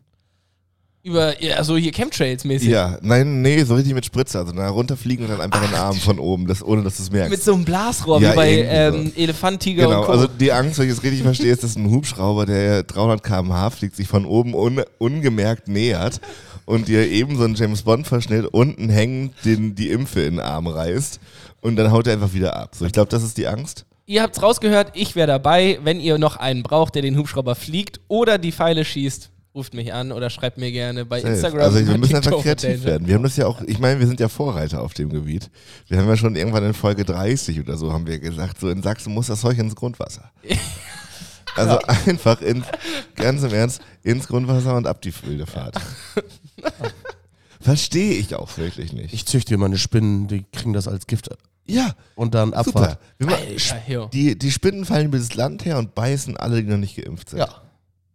[SPEAKER 1] über, ja, so hier Chemtrails-mäßig.
[SPEAKER 3] Ja, nein, nee, so richtig mit Spritzer. Also da runterfliegen und dann einfach in den Arm von oben, das, ohne dass du es merkst.
[SPEAKER 1] Mit so einem Blasrohr,
[SPEAKER 3] Ja,
[SPEAKER 1] wie bei
[SPEAKER 3] irgendwie
[SPEAKER 1] ähm,
[SPEAKER 3] so.
[SPEAKER 1] Elefant, Tiger
[SPEAKER 3] Genau,
[SPEAKER 1] und Co.
[SPEAKER 3] also die Angst, wenn ich es richtig verstehe, ist, dass ein Hubschrauber, der 300 km/h fliegt, sich von oben un ungemerkt nähert und dir eben so einen James Bond-Verschnitt unten hängend den, die Impfe in den Arm reißt und dann haut er einfach wieder ab. So, ich glaube, das ist die Angst.
[SPEAKER 1] ihr habt's rausgehört, ich wäre dabei. Wenn ihr noch einen braucht, der den Hubschrauber fliegt oder die Pfeile schießt, ruft mich an oder schreibt mir gerne bei Instagram.
[SPEAKER 3] also
[SPEAKER 1] bei
[SPEAKER 3] wir müssen einfach
[SPEAKER 1] TikTok
[SPEAKER 3] kreativ
[SPEAKER 1] Danger.
[SPEAKER 3] werden. Wir haben das ja auch, ich meine, wir sind ja Vorreiter auf dem Gebiet. Wir haben ja schon irgendwann in Folge 30 oder so haben wir gesagt, so in Sachsen muss das Zeug ins Grundwasser. Also einfach ins, ganz im Ernst, ins Grundwasser und ab die wilde Fahrt. Verstehe ich auch wirklich nicht.
[SPEAKER 4] Ich züchte immer eine Spinnen, die kriegen das als Gift
[SPEAKER 3] Ja,
[SPEAKER 4] und dann
[SPEAKER 3] super.
[SPEAKER 4] Abfahrt.
[SPEAKER 3] Wir ma-
[SPEAKER 1] Alter, jo.
[SPEAKER 3] die, die Spinnen fallen über das Land her und beißen alle, die noch nicht geimpft sind.
[SPEAKER 4] Ja.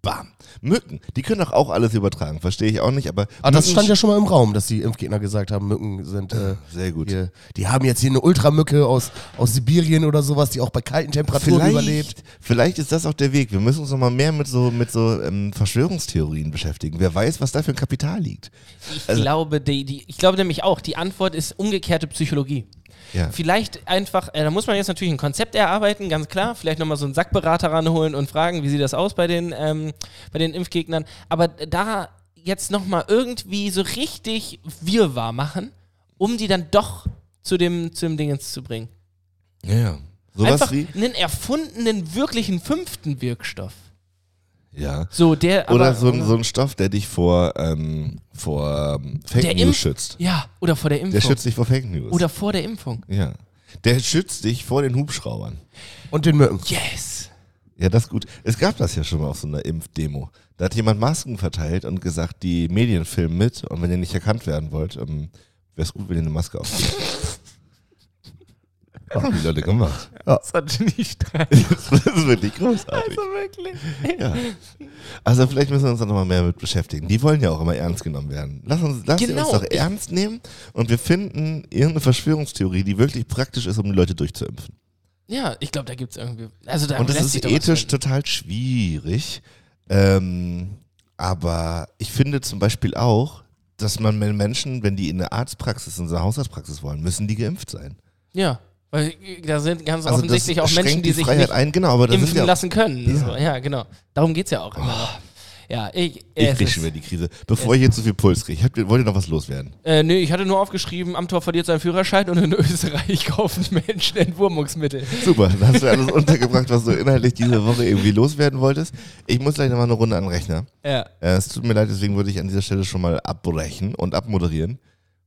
[SPEAKER 3] Bam. Mücken, die können doch auch alles übertragen, verstehe ich auch nicht, aber.
[SPEAKER 4] Aber Ah, das
[SPEAKER 3] Mücken-
[SPEAKER 4] stand ja schon mal im Raum, dass die Impfgegner gesagt haben, Mücken sind äh,
[SPEAKER 3] Sehr gut.
[SPEAKER 4] hier. Die haben jetzt hier eine Ultramücke aus, aus Sibirien oder sowas, die auch bei kalten Temperaturen
[SPEAKER 3] vielleicht,
[SPEAKER 4] überlebt.
[SPEAKER 3] Vielleicht ist das auch der Weg. Wir müssen uns nochmal mehr mit so, mit so ähm, Verschwörungstheorien beschäftigen. Wer weiß, was da für ein Kapital liegt.
[SPEAKER 1] Ich
[SPEAKER 3] Also-
[SPEAKER 1] glaube, die, die, ich glaube nämlich auch, die Antwort ist umgekehrte Psychologie.
[SPEAKER 3] Ja.
[SPEAKER 1] Vielleicht einfach, äh, da muss man jetzt natürlich ein Konzept erarbeiten, ganz klar. Vielleicht nochmal so einen Sackberater ranholen und fragen, wie sieht das aus bei den, ähm, bei den Impfgegnern. Aber da jetzt nochmal irgendwie so richtig wirrwarr machen, um die dann doch zu dem, zu dem Dingens zu bringen.
[SPEAKER 3] Ja, ja. Sowas
[SPEAKER 1] einfach
[SPEAKER 3] wie.
[SPEAKER 1] einen erfundenen, wirklichen fünften Wirkstoff.
[SPEAKER 3] Ja.
[SPEAKER 1] So, der
[SPEAKER 3] Oder
[SPEAKER 1] aber-
[SPEAKER 3] so, ein- so ein Stoff, der dich vor, ähm, vor ähm, Fake
[SPEAKER 1] Der
[SPEAKER 3] News
[SPEAKER 1] Impf-
[SPEAKER 3] schützt.
[SPEAKER 1] Ja, oder vor der
[SPEAKER 3] Der
[SPEAKER 1] Impfung.
[SPEAKER 3] schützt dich vor Fake News.
[SPEAKER 1] Oder vor der Impfung.
[SPEAKER 3] ja. Der schützt dich vor den Hubschraubern.
[SPEAKER 4] Und den Mücken.
[SPEAKER 1] Yes!
[SPEAKER 3] Ja, das ist gut. Es gab das ja schon mal auf so einer Impfdemo. Da hat jemand Masken verteilt und gesagt, die Medien filmen mit und wenn ihr nicht erkannt werden wollt, ähm, wäre es gut, wenn ihr eine Maske aufzieht. Haben die Leute gemacht.
[SPEAKER 1] Das hat Genie Streit.
[SPEAKER 3] Das ist wirklich großartig.
[SPEAKER 1] wirklich.
[SPEAKER 3] Ja. Also vielleicht müssen wir uns da nochmal mehr mit beschäftigen. Die wollen ja auch immer ernst genommen werden. Lass uns, lass sie
[SPEAKER 1] Genau.
[SPEAKER 3] uns doch ernst nehmen und wir finden irgendeine Verschwörungstheorie, die wirklich praktisch ist, um die Leute durchzuimpfen.
[SPEAKER 1] Ja, ich glaube, da gibt es irgendwie. Also da
[SPEAKER 3] Und das
[SPEAKER 1] lässt
[SPEAKER 3] ist
[SPEAKER 1] sich doch was
[SPEAKER 3] ethisch
[SPEAKER 1] finden.
[SPEAKER 3] total schwierig. Ähm, aber ich finde zum Beispiel auch, dass man mit Menschen, wenn die in eine Arztpraxis, in so eine Hausarztpraxis wollen, müssen die geimpft sein.
[SPEAKER 1] Ja, weil äh, da sind ganz
[SPEAKER 3] Also
[SPEAKER 1] offensichtlich
[SPEAKER 3] das
[SPEAKER 1] auch Menschen,
[SPEAKER 3] schränkt
[SPEAKER 1] die, sich
[SPEAKER 3] Freiheit
[SPEAKER 1] nicht
[SPEAKER 3] ein. Genau, aber das
[SPEAKER 1] impfen
[SPEAKER 3] sind ja
[SPEAKER 1] lassen können.
[SPEAKER 3] Ja.
[SPEAKER 1] So, ja, genau. Darum geht es ja auch immer noch. Ja, ich. äh,
[SPEAKER 3] ich
[SPEAKER 1] es
[SPEAKER 3] krieg
[SPEAKER 1] ist-
[SPEAKER 3] schon wieder die Krise. Bevor ich hier zu viel Puls kriege, ich hab, wollt ihr noch was loswerden?
[SPEAKER 1] äh, nee, ich hatte nur aufgeschrieben, am Tor verliert seinen Führerschein und in Österreich kaufen Menschen Entwurmungsmittel.
[SPEAKER 3] Super, dann hast du alles untergebracht, was du inhaltlich diese Woche irgendwie loswerden wolltest. Ich muss gleich nochmal eine Runde an den Rechner.
[SPEAKER 1] Ja.
[SPEAKER 3] Äh, es tut mir leid, deswegen würde ich an dieser Stelle schon mal abbrechen und abmoderieren.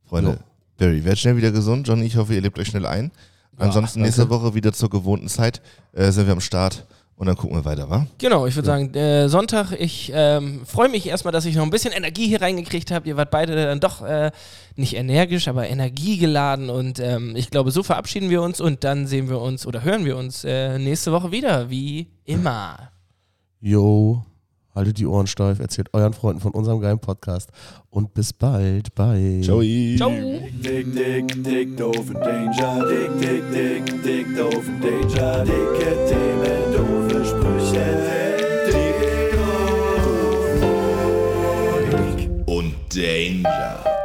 [SPEAKER 3] Freunde, Barry, werdet schnell wieder gesund. Johnny, ich hoffe, ihr lebt euch schnell ein. Ansonsten nächste Woche wieder zur gewohnten Zeit äh, sind wir am Start und dann gucken wir weiter, wa?
[SPEAKER 1] Genau, ich würde sagen, äh, Sonntag, ich ähm, freue mich erstmal, dass ich noch ein bisschen Energie hier reingekriegt habe. Ihr wart beide dann doch äh, nicht energisch, aber energiegeladen. Und ähm, ich glaube, so verabschieden wir uns und dann sehen wir uns oder hören wir uns äh, nächste Woche wieder, wie immer.
[SPEAKER 4] Yo, haltet die Ohren steif, erzählt euren Freunden von unserem geilen Podcast und bis bald. Bye.
[SPEAKER 1] Ciao.
[SPEAKER 2] Dick, dick, dick, doofen Danger. Dick, dick, dick, dick, doofen Danger. Dicke Themen, doofe Sprüche. Dick, doof.
[SPEAKER 3] Und Danger.